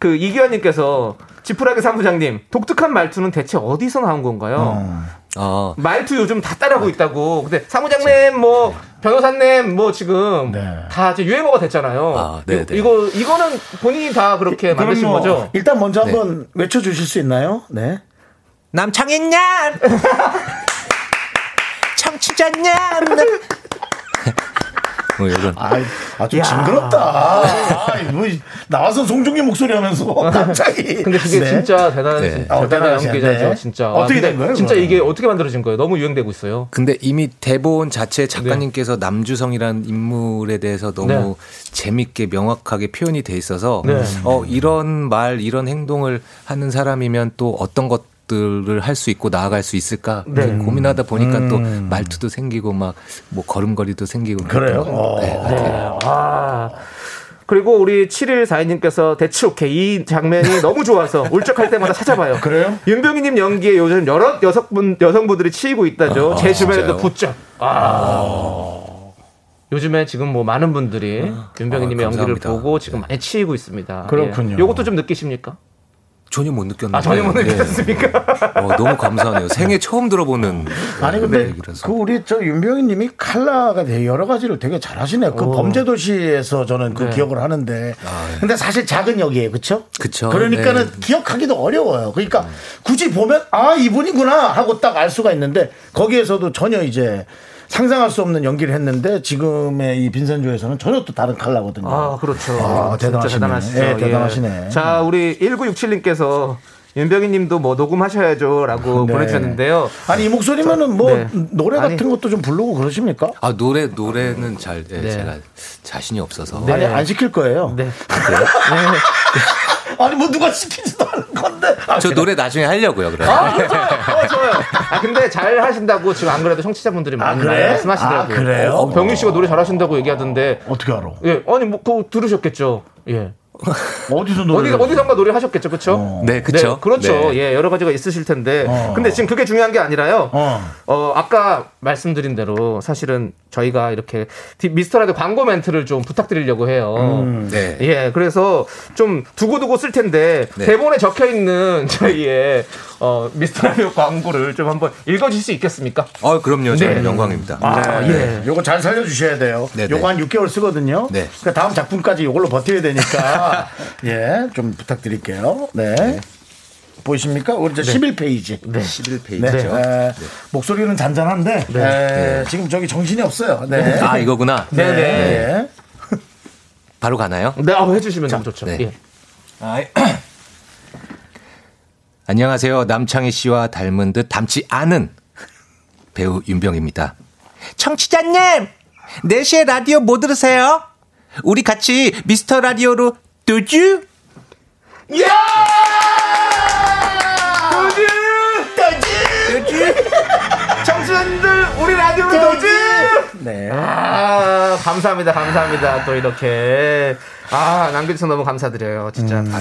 Speaker 2: 그 이기현님께서 지푸라기 사무장님 독특한 말투는 대체 어디서 나온 건가요?
Speaker 5: 어,
Speaker 2: 말투 요즘 다 따라하고 있다고. 근데 사무장님 뭐 변호사님 뭐 지금
Speaker 1: 네.
Speaker 2: 다 이제 유행어가 됐잖아요.
Speaker 5: 아, 네, 네.
Speaker 2: 이, 거 이거는 본인이 다 그렇게
Speaker 1: 그럼
Speaker 2: 만드신
Speaker 1: 뭐
Speaker 2: 거죠? 네.
Speaker 1: 일단 먼저 한번 외쳐주실 수 있나요? 네.
Speaker 5: 남창인년 청취자년 뭐 이런
Speaker 1: 아, 아주 징그럽다. 아, 뭐, 나와서 송중기 목소리 하면서 갑자기.
Speaker 2: 근데 그게
Speaker 1: 네.
Speaker 2: 진짜 대단한
Speaker 5: 네.
Speaker 1: 어,
Speaker 2: 대단한
Speaker 1: 대단하시네.
Speaker 2: 연기자죠,
Speaker 1: 네.
Speaker 2: 진짜. 아,
Speaker 1: 어떻게
Speaker 2: 근데
Speaker 1: 된 거예요,
Speaker 2: 진짜
Speaker 1: 그거는?
Speaker 2: 이게 어떻게 만들어진 거예요? 너무 유행되고 있어요.
Speaker 5: 근데 이미 대본 자체 작가님께서 남주성이라는 인물에 대해서 너무
Speaker 2: 네.
Speaker 5: 재밌게 명확하게 표현이 돼 있어서
Speaker 2: 네.
Speaker 5: 어 이런 말 이런 행동을 하는 사람이면 또 어떤 것 들을 할 수 있고 나아갈 수 있을까
Speaker 2: 네.
Speaker 5: 이렇게 고민하다 보니까 또 말투도 생기고 막 뭐 걸음걸이도 생기고
Speaker 1: 그래요?
Speaker 5: 그랬던 것 같아요.
Speaker 1: 어.
Speaker 5: 네, 맞아요.
Speaker 2: 아. 그리고 우리 7일4인님께서 대치 오케이 이 장면이 너무 좋아서 울적할 때마다 찾아봐요.
Speaker 1: 그래요?
Speaker 2: 윤병희님 연기에 요즘 여러 여성분 여성분들이 치이고
Speaker 1: 아,
Speaker 2: 있다죠. 제 주변에도
Speaker 5: 진짜요?
Speaker 2: 붙죠. 아. 요즘에 지금 뭐 많은 분들이 윤병희님의
Speaker 5: 아,
Speaker 2: 연기를
Speaker 5: 감사합니다.
Speaker 2: 보고 지금 많이 치이고 있습니다.
Speaker 1: 네. 그렇군요.
Speaker 2: 예. 요것도 좀 느끼십니까?
Speaker 5: 전혀 못 느꼈는데. 네.
Speaker 2: 아, 전혀 못 느끼셨습니까?
Speaker 5: 예. 어, 너무 감사하네요. 생애 처음 들어보는
Speaker 1: 아니 근데
Speaker 5: 얘기라서.
Speaker 1: 그 우리 저 윤병희님이 칼라가 되게 여러 가지를 되게 잘하시네요. 그 범죄도시에서 저는 그 기억을 하는데, 근데 사실 작은 역이에요, 그렇죠?
Speaker 5: 그쵸,
Speaker 1: 그러니까는
Speaker 5: 네.
Speaker 1: 기억하기도 어려워요. 그러니까 굳이 보면 아 이분이구나 하고 딱 알 수가 있는데 거기에서도 전혀 이제 상상할 수 없는 연기를 했는데 지금의 이 빈센조에서는 전혀 또 다른 칼라거든요.
Speaker 2: 아, 그렇죠.
Speaker 1: 아,
Speaker 2: 진짜
Speaker 1: 대단하시네.
Speaker 2: 대단하시죠.
Speaker 1: 예, 대단하시네.
Speaker 2: 자, 우리 1967님께서 윤병희 님도 뭐 녹음하셔야죠 라고
Speaker 1: 네.
Speaker 2: 보내주셨는데요.
Speaker 1: 아니 이 목소리면은 뭐
Speaker 2: 네.
Speaker 1: 노래 같은
Speaker 2: 아니.
Speaker 1: 것도 좀 부르고 그러십니까?
Speaker 5: 아 노래 노래는 잘 예, 제가 자신이 없어서.
Speaker 1: 아니 안 시킬 거예요.
Speaker 2: 네.
Speaker 1: 아니 뭐 누가 시키지도 않은 건데. 아,
Speaker 5: 저 노래 나중에 하려고요. 그래. 요
Speaker 2: 어, 좋아요. 아, 근데 잘 하신다고 지금 안 그래도 청취자분들이 많이
Speaker 1: 그래?
Speaker 2: 말씀하시더라고요.
Speaker 1: 아, 그래요?
Speaker 2: 어, 병윤 씨가 노래 잘하신다고 얘기하던데.
Speaker 1: 어떻게 알아?
Speaker 2: 예, 아니, 뭐, 그거 들으셨겠죠. 예.
Speaker 1: 어디서
Speaker 2: 어디,
Speaker 1: 노래?
Speaker 2: 어디선가 노래 하셨겠죠. 그쵸?
Speaker 5: 네, 그쵸?
Speaker 2: 그렇죠.
Speaker 5: 네.
Speaker 2: 예, 여러 가지가 있으실 텐데.
Speaker 1: 어.
Speaker 2: 근데 지금 그게 중요한 게 아니라요.
Speaker 1: 어.
Speaker 2: 어, 아까 말씀드린 대로 사실은 저희가 이렇게 디- 미스터라디오 광고 멘트를 좀 부탁드리려고 해요.
Speaker 5: 네.
Speaker 2: 예, 그래서 좀 두고두고 쓸 텐데
Speaker 5: 네.
Speaker 2: 대본에 적혀 있는 저희의 어, 미스터라디오 광고를 좀 한번 읽어주실 수 있겠습니까?
Speaker 5: 어 그럼요. 저는
Speaker 2: 네.
Speaker 5: 영광입니다.
Speaker 1: 아,
Speaker 2: 예.
Speaker 1: 예. 요거 잘 살려주셔야 돼요.
Speaker 5: 네,
Speaker 1: 요거
Speaker 5: 네.
Speaker 1: 한 6개월 쓰거든요.
Speaker 5: 네.
Speaker 1: 그러니까 다음 작품까지 요걸로 버텨야 되니까. 예, 좀 부탁드릴게요. 네. 보이십니까? 우리 저 11페이지. 네.
Speaker 5: 11페이지죠.
Speaker 1: 네. 에, 목소리는 잔잔한데 에, 지금 저기 정신이 없어요. 네.
Speaker 5: 아 이거구나.
Speaker 2: 네, 네.
Speaker 1: 예.
Speaker 5: 바로 가나요?
Speaker 2: 네, 아, 해주시면 너무 좋죠.
Speaker 5: 네.
Speaker 2: 예.
Speaker 5: 안녕하세요. 남창희 씨와 닮은 듯 닮지 않은 배우 윤병입니다. 청취자님, 4시에 라디오 뭐 들으세요? 우리 같이 미스터 라디오로 뚜쥬?
Speaker 2: 청춘들 우리 라디오 도지.
Speaker 1: 네.
Speaker 2: 아 감사합니다 감사합니다 또 이렇게 아 남겨주셔서 너무 감사드려요 진짜
Speaker 1: 음.
Speaker 2: 아,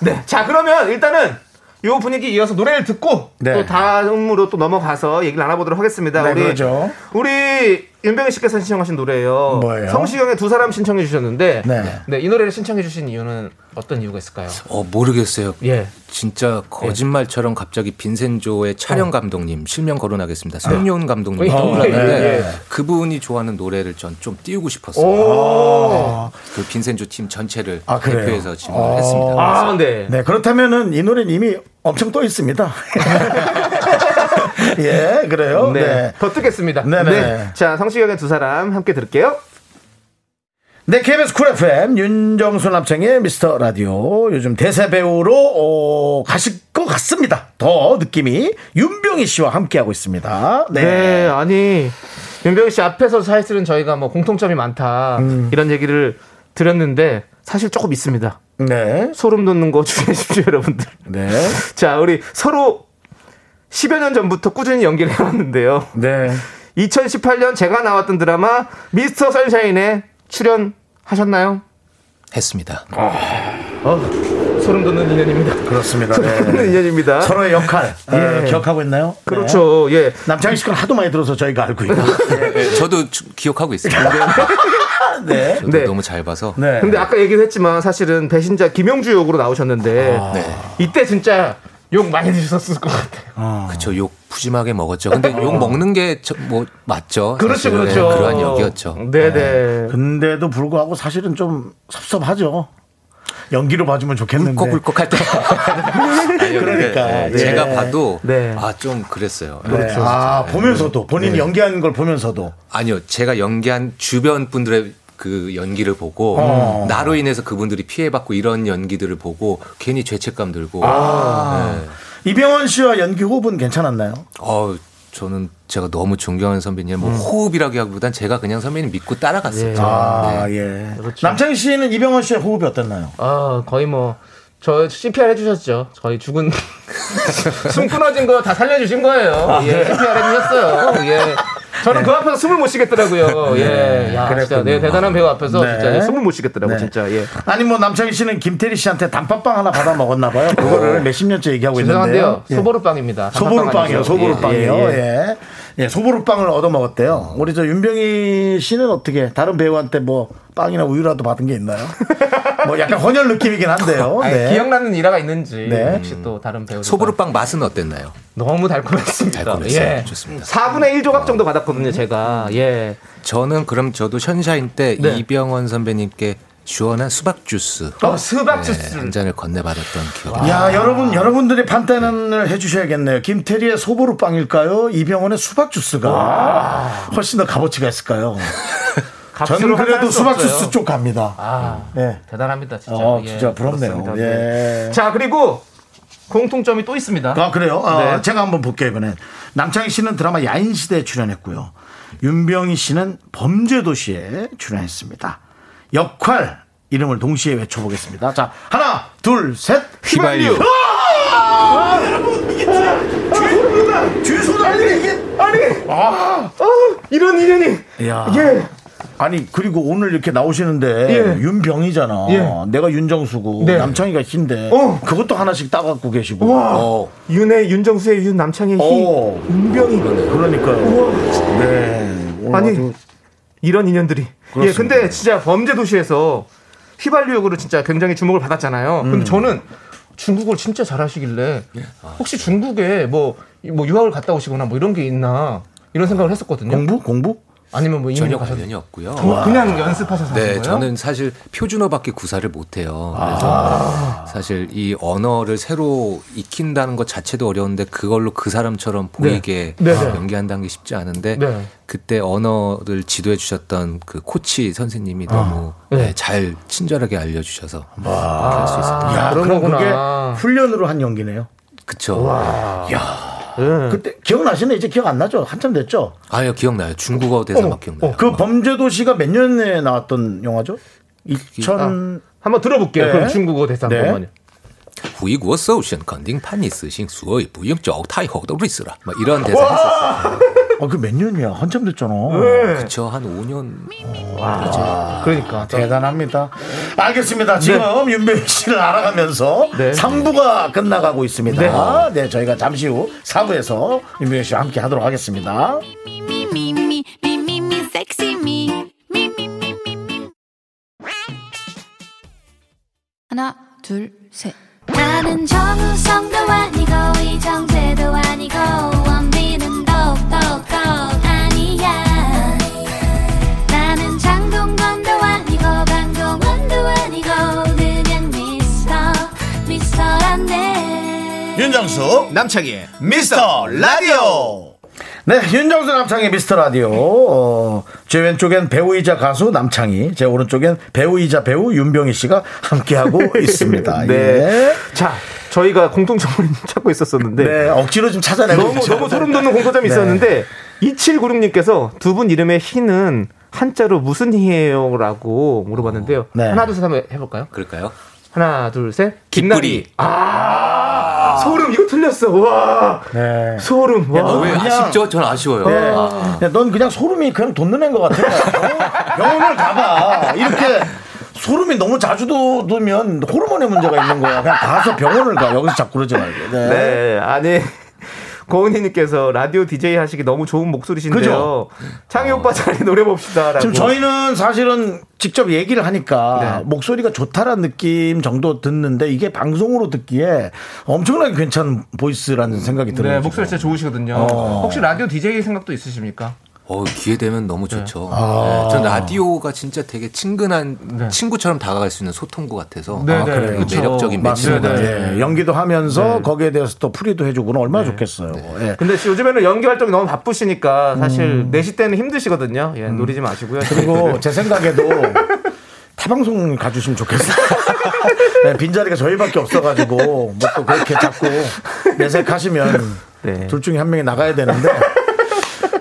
Speaker 2: 네자 그러면 일단은 요 분위기 이어서 노래를 듣고
Speaker 1: 네.
Speaker 2: 또 다음으로 또 넘어가서 얘기를 나눠보도록 하겠습니다
Speaker 1: 네,
Speaker 2: 우리
Speaker 1: 그러죠.
Speaker 2: 우리 윤병희 씨께서 신청하신 노래예요
Speaker 1: 뭐예요?
Speaker 2: 성시경의 두 사람 신청해 주셨는데
Speaker 1: 네.
Speaker 2: 네. 이 노래를 신청해 주신 이유는 어떤 이유가 있을까요
Speaker 5: 어, 모르겠어요.
Speaker 2: 예
Speaker 5: 진짜 거짓말처럼 갑자기 빈센조의 촬영 감독님 실명 거론하겠습니다. 손요은 감독님
Speaker 2: 어,
Speaker 5: 떠올랐는데
Speaker 2: 예, 예.
Speaker 5: 그분이 좋아하는 노래를 전 좀 띄우고 싶었어요.
Speaker 2: 오.
Speaker 5: 그 빈센조 팀 전체를
Speaker 1: 아, 그래요?
Speaker 5: 대표해서 지원을 했습니다.
Speaker 2: 아, 네.
Speaker 1: 네, 그렇다면은 이 노래는 이미 엄청 떠 있습니다. 예, 그래요.
Speaker 2: 네.
Speaker 1: 네.
Speaker 2: 더 뜨겠습니다.
Speaker 1: 네네.
Speaker 2: 자, 성시경의 두 사람 함께 들을게요.
Speaker 1: 네, KBS 쿨 FM 윤정수 남창의 미스터 라디오 요즘 대세 배우로 어, 가실 것 같습니다. 더 느낌이 윤병희 씨와 함께하고 있습니다. 네.
Speaker 2: 네, 아니 윤병희 씨 앞에서 사실은 저희가 뭐 공통점이 많다
Speaker 1: 음.
Speaker 2: 이런 얘기를 드렸는데 사실 조금 있습니다.
Speaker 1: 네.
Speaker 2: 소름 돋는 거 주의하십시오, 여러분들.
Speaker 1: 네.
Speaker 2: 자, 우리 서로 10여 년 전부터 꾸준히 연기를 해왔는데요.
Speaker 1: 네.
Speaker 2: 2018년 제가 나왔던 드라마 미스터 선샤인에 출연하셨나요?
Speaker 5: 했습니다.
Speaker 2: 어, 소름 돋는 인연입니다.
Speaker 1: 그렇습니다.
Speaker 2: 소름 돋는
Speaker 1: 네.
Speaker 2: 인연입니다.
Speaker 1: 서로의 역할 어,
Speaker 2: 예.
Speaker 1: 기억하고 있나요? 네.
Speaker 2: 그렇죠. 예.
Speaker 1: 남창희 씨는 하도 많이 들어서 저희가 알고 있고.
Speaker 5: 네, 저도 주- 기억하고 있어요.
Speaker 1: 네.
Speaker 5: 저도
Speaker 2: 네.
Speaker 5: 너무 잘 봐서.
Speaker 1: 네.
Speaker 2: 근데 아까 얘기를 했지만 사실은 배신자 김용주 역으로 나오셨는데 이때 진짜 욕 많이 드셨을 것 같아요.
Speaker 5: 그쵸, 욕 푸짐하게 먹었죠. 근데 욕 먹는 게 뭐 맞죠.
Speaker 2: 그렇죠,
Speaker 5: 사실은.
Speaker 2: 그렇죠.
Speaker 5: 네, 그러한 역이었죠.
Speaker 2: 네네.
Speaker 1: 근데도 불구하고 사실은 좀 섭섭하죠. 연기로 봐주면 좋겠는데.
Speaker 5: 울컥울컥할 때. 아니요, 근데
Speaker 1: 네.
Speaker 5: 네,
Speaker 1: 그러니까, 예.
Speaker 5: 제가 봐도
Speaker 2: 네.
Speaker 5: 아 좀 그랬어요.
Speaker 1: 네.
Speaker 2: 그렇죠.
Speaker 1: 아, 보면서도 본인이 연기하는 걸 보면서도
Speaker 5: 아니요, 제가 연기한 주변 분들의 그 연기를 보고
Speaker 1: 어.
Speaker 5: 나로 인해서 그분들이 피해받고 이런 연기들을 보고 괜히 죄책감 들고.
Speaker 1: 아.
Speaker 5: 네.
Speaker 1: 이병헌 씨와 연기 호흡은 괜찮았나요?
Speaker 5: 어, 저는 제가 너무 존경하는 선배님 뭐 호흡이라기보단 제가 그냥 선배님 믿고 따라갔어요.
Speaker 1: 음.
Speaker 5: 네.
Speaker 1: 아, 예.
Speaker 2: 그렇죠.
Speaker 1: 남창희 씨는 이병헌 씨의 호흡이 어땠나요?
Speaker 2: 아 거의 뭐 저 CPR 해주셨죠. 거의 죽은 숨 끊어진 거 다 살려주신 거예요. 예, CPR 해주셨어요. 예. 저는 그 앞에서 숨을 못 쉬겠더라고요. 예. 야, 진짜
Speaker 1: 그랬군요.
Speaker 2: 네, 대단한 배우 앞에서
Speaker 1: 네.
Speaker 2: 진짜 숨을 못 쉬겠더라고
Speaker 1: 네.
Speaker 2: 요 진짜. 예.
Speaker 1: 아니 뭐 남창희 씨는 김태리 씨한테 단팥빵 하나 받아 먹었나 봐요. 그거를 몇십 년째 얘기하고
Speaker 2: 어. 죄송한데요.
Speaker 1: 있는데요. 예.
Speaker 2: 소보루빵입니다.
Speaker 1: 소보루빵이요, 소보루빵이요.
Speaker 2: 예,
Speaker 1: 예,
Speaker 2: 예, 예.
Speaker 1: 예, 소보루빵을 얻어 먹었대요. 우리 저 윤병희 씨는 어떻게 다른 배우한테 뭐 빵이나 우유라도 받은 게 있나요? 뭐 약간 헌혈 느낌이긴 한데요.
Speaker 2: 아니,
Speaker 1: 네.
Speaker 2: 기억나는 일화가 있는지
Speaker 1: 네.
Speaker 2: 혹시 또 다른 배우
Speaker 5: 소보루빵 맛은 어땠나요?
Speaker 2: 너무 달콤했습니다.
Speaker 1: 아,
Speaker 5: 달콤했어요.
Speaker 1: 예.
Speaker 5: 좋습니다.
Speaker 2: 4분의 1 조각 정도 받았거든요, 제가. 예.
Speaker 5: 저는 그럼 저도 션샤인 때
Speaker 2: 네.
Speaker 5: 이병헌 선배님께 시원한 수박 주스
Speaker 2: 어, 수박
Speaker 5: 네, 아,
Speaker 2: 주스.
Speaker 5: 한 잔을 건네받았던 기억이 나요.
Speaker 1: 야, 여러분, 여러분들이 판단을 해주셔야겠네요. 김태리의 소보루빵일까요? 이병헌의 수박주스가 훨씬 더 값어치가 있을까요? 저는
Speaker 2: 값으로
Speaker 1: 그래도
Speaker 2: 환산할 수
Speaker 1: 수박주스
Speaker 2: 없어요.
Speaker 1: 쪽 갑니다.
Speaker 2: 아,
Speaker 1: 예.
Speaker 2: 대단합니다, 진짜.
Speaker 1: 어,
Speaker 2: 예,
Speaker 1: 진짜 부럽네요.
Speaker 2: 그렇습니다.
Speaker 1: 예.
Speaker 2: 네. 자, 그리고 공통점이 또 있습니다.
Speaker 1: 아, 그래요? 아,
Speaker 2: 네.
Speaker 1: 제가 한번 볼게요, 이번엔. 남창희 씨는 드라마 야인시대에 출연했고요. 윤병희 씨는 범죄도시에 출연했습니다. 역할 이름을 동시에 외쳐보겠습니다. 자, 하나, 둘, 셋.
Speaker 5: 휘발유.
Speaker 1: 주유소 달리 이게
Speaker 2: 아, 이런 인연이
Speaker 1: 아!
Speaker 2: 예.
Speaker 1: 야. 아니 그리고 오늘 이렇게 나오시는데 윤병이잖아.
Speaker 2: 예.
Speaker 1: 내가 윤정수고
Speaker 2: 네.
Speaker 1: 남창이가 흰데
Speaker 2: 어.
Speaker 1: 그것도 하나씩 따갖고 계시고.
Speaker 5: 어,
Speaker 2: 윤의 윤정수의 윤 남창의 희
Speaker 1: 어.
Speaker 2: 윤병이
Speaker 1: 그러니까요. 네. 오늘
Speaker 2: 아니
Speaker 1: 아주
Speaker 2: 이런 인연들이 예
Speaker 1: 그렇습니다.
Speaker 2: 근데 진짜 범죄 도시에서 휘발유 역으로 진짜 굉장히 주목을 받았잖아요.
Speaker 1: 음.
Speaker 2: 근데 저는 중국을 진짜 잘하시길래
Speaker 1: 예.
Speaker 2: 혹시 중국에 뭐, 뭐 유학을 갔다 오시거나 뭐 이런 게 있나 이런 생각을 했었거든요.
Speaker 1: 공부 공부?
Speaker 2: 아니면 뭐
Speaker 5: 전혀
Speaker 2: 인연 가셨
Speaker 5: 관련이 없고요.
Speaker 2: 그냥 연습하셔서 하신
Speaker 5: 네,
Speaker 2: 거예요?
Speaker 5: 저는 사실 표준어밖에 구사를 못해요. 그래서 사실 이 언어를 새로 익힌다는 것 자체도 어려운데 그걸로 그 사람처럼 보이게 아,
Speaker 2: 네, 네.
Speaker 5: 연기한다는 게 쉽지 않은데
Speaker 2: 네.
Speaker 5: 그때 언어를 지도해 주셨던 그 코치 선생님이 너무 네, 잘 친절하게 알려주셔서 할 수 있었던
Speaker 1: 야, 그럼
Speaker 2: 아, 그러구나.
Speaker 1: 그게 훈련으로 한 연기네요.
Speaker 5: 그쵸.
Speaker 1: 그때 기억나시네? 이제 기억 안 나죠? 한참 됐죠?
Speaker 5: 아유 기억나요. 중국어 대사밖에 기억나요. 뭐,
Speaker 1: 그 범죄도시가 몇 년에 나왔던 영화죠? 2000.
Speaker 2: 한번 들어볼게요.
Speaker 1: 네.
Speaker 2: 그럼 중국어 대사 한
Speaker 1: 네.
Speaker 2: 번만요.
Speaker 5: 回国受审肯定判你死刑，所以不用走太后的 risk 了。막 뭐 이런 대사 했었어요.
Speaker 1: 아, 그 몇 년이야? 한참 됐잖아.
Speaker 5: 그쵸 한 5년
Speaker 2: 네. 그러니까
Speaker 1: 대단합니다. 알겠습니다. 지금 윤병희 씨를 알아가면서
Speaker 2: 네.
Speaker 1: 3부가 끝나가고 있습니다. 네. 저희가 잠시 후 4부에서 윤병희 씨와 함께 하도록 하겠습니다.
Speaker 4: me, me, me, me, me, sexy me. Me, me, me, me, me.
Speaker 6: 하나, 둘, 셋.
Speaker 4: 나는 정우성도 아니고 이정재도 아니고 원빈은 더욱더 아니야 나는 장동건도 아니고 강동원도 아니고 그냥 미스터 미스터란데
Speaker 1: 윤정수, 남창희, 미스터 라디오. 네, 윤정수 남창희 미스터 라디오. 어, 제 왼쪽엔 배우이자 가수 남창희, 제 오른쪽엔 배우이자 배우 윤병희 씨가 함께하고 있습니다.
Speaker 2: 네.
Speaker 1: 예.
Speaker 2: 자, 저희가 공통점을 찾고 있었었는데
Speaker 1: 네, 억지로 좀 찾아내고 네.
Speaker 2: 너무
Speaker 1: 있죠.
Speaker 2: 너무 소름 돋는 공통점이 있었는데 2796님께서 두 분 이름의 희는 한자로 무슨 희예요라고 물어봤는데요.
Speaker 1: 네.
Speaker 2: 하나 둘셋 한번 해볼까요?
Speaker 5: 그럴까요?
Speaker 2: 하나 둘셋
Speaker 5: 깃뿌리.
Speaker 2: 아 소름 이거 틀렸어. 와
Speaker 1: 네.
Speaker 2: 소름. 와.
Speaker 5: 어, 왜
Speaker 1: 그냥-
Speaker 5: 아쉽죠? 전 아쉬워요.
Speaker 1: 네.
Speaker 5: 아,
Speaker 1: 야, 넌 그냥 소름이 그냥 돋는 것 같아. 병원을 가봐. 이렇게 소름이 너무 자주 돋으면 호르몬에 문제가 있는 거야. 그냥 가서 병원을 가. 여기서 자꾸 그러지 말고. 네.
Speaker 2: 네, 아니. 고은희님께서 라디오 DJ 하시기 너무 좋은 목소리신데요.
Speaker 1: 그죠? 어.
Speaker 2: 창희 오빠 잘해 노래 봅시다라고.
Speaker 1: 지금 저희는 사실은 직접 얘기를 하니까
Speaker 2: 네.
Speaker 1: 목소리가 좋다라는 느낌 정도 듣는데 이게 방송으로 듣기에 엄청나게 괜찮은 보이스라는 생각이 들어요.
Speaker 2: 네 목소리 진짜 좋으시거든요.
Speaker 1: 어.
Speaker 2: 혹시 라디오 DJ 생각도 있으십니까?
Speaker 5: 어, 기회 되면 너무 좋죠. 네, 전 라디오가 진짜 되게 친근한 친구처럼 다가갈 수 있는 소통구 같아서
Speaker 2: 네,
Speaker 5: 아,
Speaker 2: 네.
Speaker 5: 그래요.
Speaker 2: 그쵸.
Speaker 5: 매력적인 매치입니다.
Speaker 1: 맞습니다.
Speaker 2: 네.
Speaker 1: 예, 연기도 하면서 거기에 대해서 또 풀이도 해주고는 얼마나 좋겠어요. 예.
Speaker 2: 근데 씨, 요즘에는 연기 활동이 너무 바쁘시니까 사실 네 내시 때는 힘드시거든요. 예, 노리지 마시고요.
Speaker 5: 네.
Speaker 1: 그리고 제 생각에도 타방송 가주시면 좋겠어요. 네, 빈자리가 저희밖에 없어가지고 뭐 또 그렇게 자꾸 내색하시면
Speaker 2: 네.
Speaker 1: 둘 중에 한 명이 나가야 되는데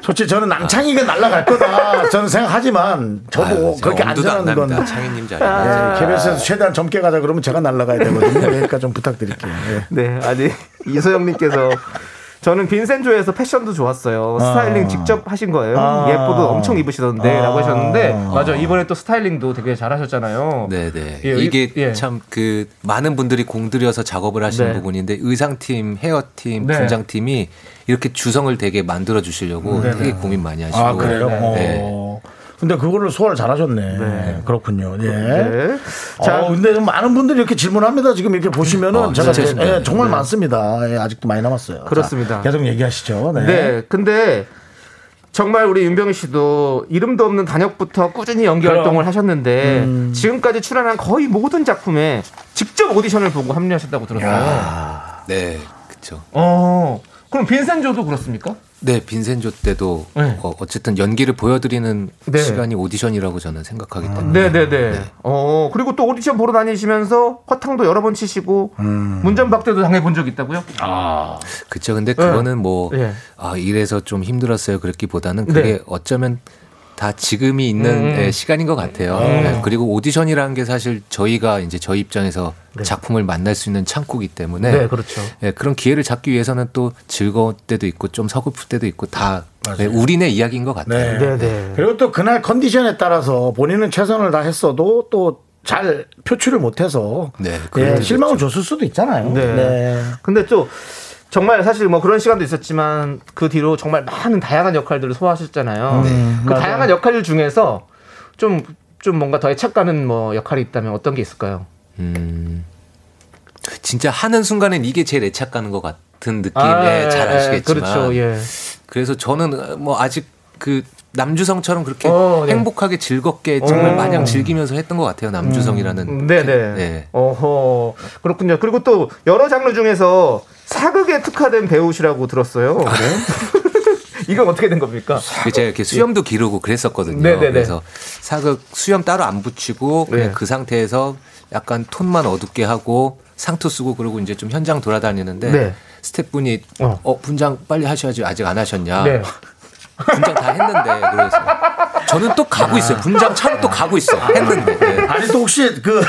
Speaker 1: 솔직히 저는 남창이가 날라갈 거다 저는 생각하지만 저도 어, 뭐, 그렇게
Speaker 5: 아, 엄두도 안
Speaker 1: 안전한 건
Speaker 5: 납니다. 아. 창희님 자리.
Speaker 1: 네, KBS에서 최대한 젊게 가자
Speaker 5: 네.
Speaker 1: 네. 그러면 제가 날라가야 되거든요. 그러니까 좀 부탁드릴게요. 예.
Speaker 2: 네, 아니 이소영님께서 저는 빈센조에서 패션도 좋았어요. 스타일링 직접 하신 거예요.
Speaker 1: 아.
Speaker 2: 예쁘도 엄청 입으시던데
Speaker 1: 아.
Speaker 2: 라고 하셨는데 맞아 이번에 또 스타일링도 되게 잘하셨잖아요.
Speaker 5: 네네.
Speaker 2: 예,
Speaker 5: 이게
Speaker 2: 예.
Speaker 5: 참 그 많은 분들이 공들여서 작업을 하시는
Speaker 2: 네.
Speaker 5: 부분인데 의상팀, 헤어팀,
Speaker 2: 네.
Speaker 5: 분장팀이 이렇게 주성을 되게 만들어 주시려고 되게 고민 많이 하시고.
Speaker 1: 아, 그래요?
Speaker 5: 네.
Speaker 1: 어. 근데 그거를 소화를 잘 하셨네. 그렇군요. 예.
Speaker 2: 네. 자,
Speaker 1: 어, 근데 많은 분들이 이렇게 질문합니다. 지금 이렇게 보시면은
Speaker 5: 어,
Speaker 1: 제가
Speaker 5: 진짜
Speaker 1: 예,
Speaker 5: 있습니다.
Speaker 1: 정말 많습니다. 예, 아직도 많이 남았어요.
Speaker 2: 그렇습니다.
Speaker 1: 자, 계속 얘기하시죠. 네.
Speaker 2: 네. 근데 정말 우리 윤병희 씨도 이름도 없는 단역부터 꾸준히 연기 활동을 하셨는데 지금까지 출연한 거의 모든 작품에 직접 오디션을 보고 합류하셨다고 들었어요.
Speaker 5: 네. 그쵸.
Speaker 2: 어. 그럼 빈센조도 그렇습니까?
Speaker 5: 네, 빈센조 때도
Speaker 2: 네.
Speaker 5: 어, 쨌든 연기를 보여드리는
Speaker 2: 네. 아.
Speaker 5: 시간이 오디션이라고 저는 생각하기 때문에.
Speaker 2: 음. 네네네. 어 그리고 또 오디션 보러 다니시면서 허탕도 여러 번 치시고 문전박대도 당해본 적 있다고요?
Speaker 5: 그쵸. 근데 그거는 뭐,
Speaker 2: 예.
Speaker 5: 아, 이래서 좀 힘들었어요. 그랬기보다는
Speaker 2: 네. 음.
Speaker 5: 그게 어쩌면 다 지금이 있는 예, 시간인 것 같아요. 예, 그리고 오디션이라는 게 사실 저희가 이제 저희 입장에서 작품을 만날 수 있는 창구이기 때문에
Speaker 2: 네. 그렇죠.
Speaker 5: 예, 그런 기회를 잡기 위해서는 또 즐거울 때도 있고 좀 서글플 때도 있고 다 예, 우리네 이야기인 것 같아요.
Speaker 1: 네.
Speaker 2: 네네.
Speaker 1: 그리고 또 그날 컨디션에 따라서 본인은 최선을 다 했어도 또 잘 표출을 못해서
Speaker 5: 네,
Speaker 1: 예,
Speaker 5: 그렇죠.
Speaker 1: 실망을 줬을 수도 있잖아요.
Speaker 2: 네. 근데 또 정말 사실 뭐 그런 시간도 있었지만 그 뒤로 정말 많은 다양한 역할들을 소화하셨잖아요. 그 다양한 역할 중에서 좀 좀 뭔가 더 애착가는 뭐 역할이 있다면 어떤 게 있을까요? 네.
Speaker 5: 진짜 하는 순간엔 이게 제일 애착 가는 것 같은 느낌에
Speaker 2: 예,
Speaker 5: 잘
Speaker 2: 예,
Speaker 5: 아시겠지만
Speaker 2: 그렇죠. 예.
Speaker 5: 그래서 저는 뭐 아직 그 남주성처럼 그렇게
Speaker 2: 어, 네. 어.
Speaker 5: 행복하게 즐겁게 정말 마냥 즐기면서 했던 것 같아요. 남주성이라는.
Speaker 2: 음. 네네.
Speaker 5: 네.
Speaker 2: 어허. 그렇군요. 그리고 또 여러 장르 중에서 사극에 특화된 배우시라고 들었어요. 네. 이건 어떻게 된 겁니까?
Speaker 5: 그 제가 이렇게 수염도 기르고 그랬었거든요.
Speaker 2: 네네네.
Speaker 5: 그래서 사극 수염 따로 안 붙이고 그냥
Speaker 2: 네.
Speaker 5: 그 상태에서 약간 톤만 어둡게 하고 상투 쓰고 그러고 이제 좀 현장 돌아다니는데
Speaker 2: 네.
Speaker 5: 스태프분이
Speaker 2: 어.
Speaker 5: 어. 분장 빨리 하셔야지 아직 안 하셨냐.
Speaker 2: 네.
Speaker 5: 분장 다 했는데 그래서 저는 또 가고 있어요. 분장 차로 또 가고 있어. 했는데. 네.
Speaker 1: 아니 또 혹시 그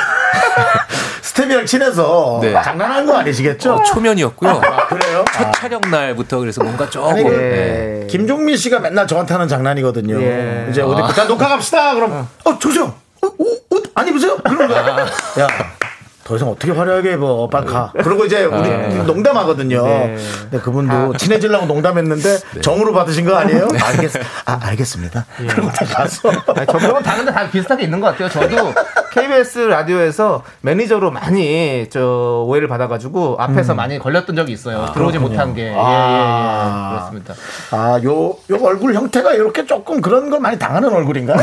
Speaker 1: 스텝이랑 친해서
Speaker 5: 네.
Speaker 1: 장난한 거 아니시겠죠? 아,
Speaker 5: 어, 초면이었고요.
Speaker 1: 그래요?
Speaker 5: 첫 촬영 날부터 그래서 뭔가 조금
Speaker 1: 아니,
Speaker 5: 예.
Speaker 2: 예.
Speaker 1: 김종민 씨가 맨날 저한테 하는 장난이거든요.
Speaker 2: 예.
Speaker 1: 이제 어디 일단 녹화 갑시다. 그럼 어 정수영, 어, 어, 옷 아니 보세요. 그런 거야. 야. 더 이상 어떻게 화려하게 입어 빨리 가 그리고 이제 우리 우리 농담하거든요
Speaker 2: 아. 네.
Speaker 1: 근데 그분도 친해지려고 농담했는데 정으로 받으신 거 아니에요? 알겠, 아, 알겠습니다 그리고 다 가서
Speaker 2: 네. 예. 아니, 예, 저 그건 다른데 다 비슷하게 있는 것 같아요. 저도 KBS 라디오에서 매니저로 많이 저 오해를 받아가지고 앞에서 많이 걸렸던 적이 있어요. 들어오지 못한 게. 예, 예, 예.
Speaker 1: 아.
Speaker 2: 그렇습니다.
Speaker 1: 아, 요, 요 얼굴 형태가 이렇게 조금 그런 걸 많이 당하는 얼굴인가요?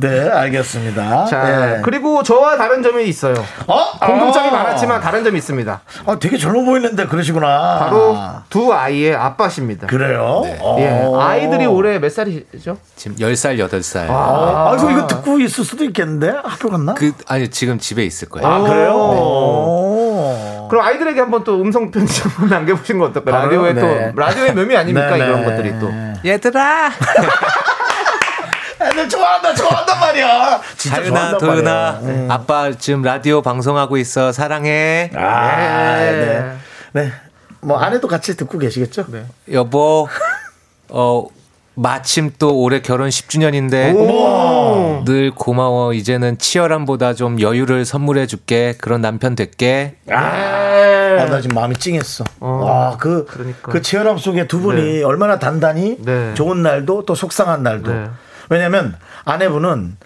Speaker 1: 네, 알겠습니다.
Speaker 2: 자,
Speaker 1: 예.
Speaker 2: 네. 그리고 저와 다른 점이 있어요.
Speaker 1: 어?
Speaker 2: 공통점이
Speaker 1: 아.
Speaker 2: 많았지만 다른 점이 있습니다.
Speaker 1: 아, 되게 젊어 보이는데 그러시구나.
Speaker 2: 바로 두 아이의 아빠십니다.
Speaker 1: 그래요? 어.
Speaker 2: 예. 아이들이 올해 몇 살이죠?
Speaker 5: 지금 10살, 8살.
Speaker 1: 아, 아이고, 이거 듣고 있을 수도 있겠는데? 학교 갔나?
Speaker 5: 그 아니 지금 집에 있을 거예요.
Speaker 1: 아.
Speaker 2: 그래요?
Speaker 1: 오.
Speaker 2: 아, 그럼 아이들에게 한번 또 음성 편지 한번 남겨보시는 거 어떨까요?
Speaker 1: 바로요?
Speaker 2: 라디오에
Speaker 1: 네.
Speaker 2: 또 라디오의 묘미 아닙니까
Speaker 1: 네,
Speaker 2: 그러니까 이런
Speaker 1: 네.
Speaker 2: 것들이 또.
Speaker 5: 얘들아.
Speaker 1: 애들 좋아한다, 좋아한단 말이야. 진짜
Speaker 5: 다윤아,
Speaker 1: 좋아한단
Speaker 5: 도윤아.
Speaker 1: 말이야. 예.
Speaker 5: 아빠 지금 라디오 방송하고 있어. 사랑해.
Speaker 1: 아,
Speaker 2: 예.
Speaker 1: 네. 네. 뭐, 아내도 같이 듣고 계시겠죠? 네.
Speaker 5: 여보. 어 마침 또 올해 결혼 10주년인데 늘 고마워. 이제는 치열함보다 좀 여유를 선물해 줄게. 그런 남편 될게.
Speaker 1: 어, 아, 나 지금 마음이 찡했어. 와, 그,
Speaker 2: 예. 그러니까.
Speaker 1: 그 치열함 속에 두 분이 얼마나 단단히
Speaker 2: 네.
Speaker 1: 좋은 날도 또 속상한 날도.
Speaker 2: 네.
Speaker 1: 왜냐면 아내분은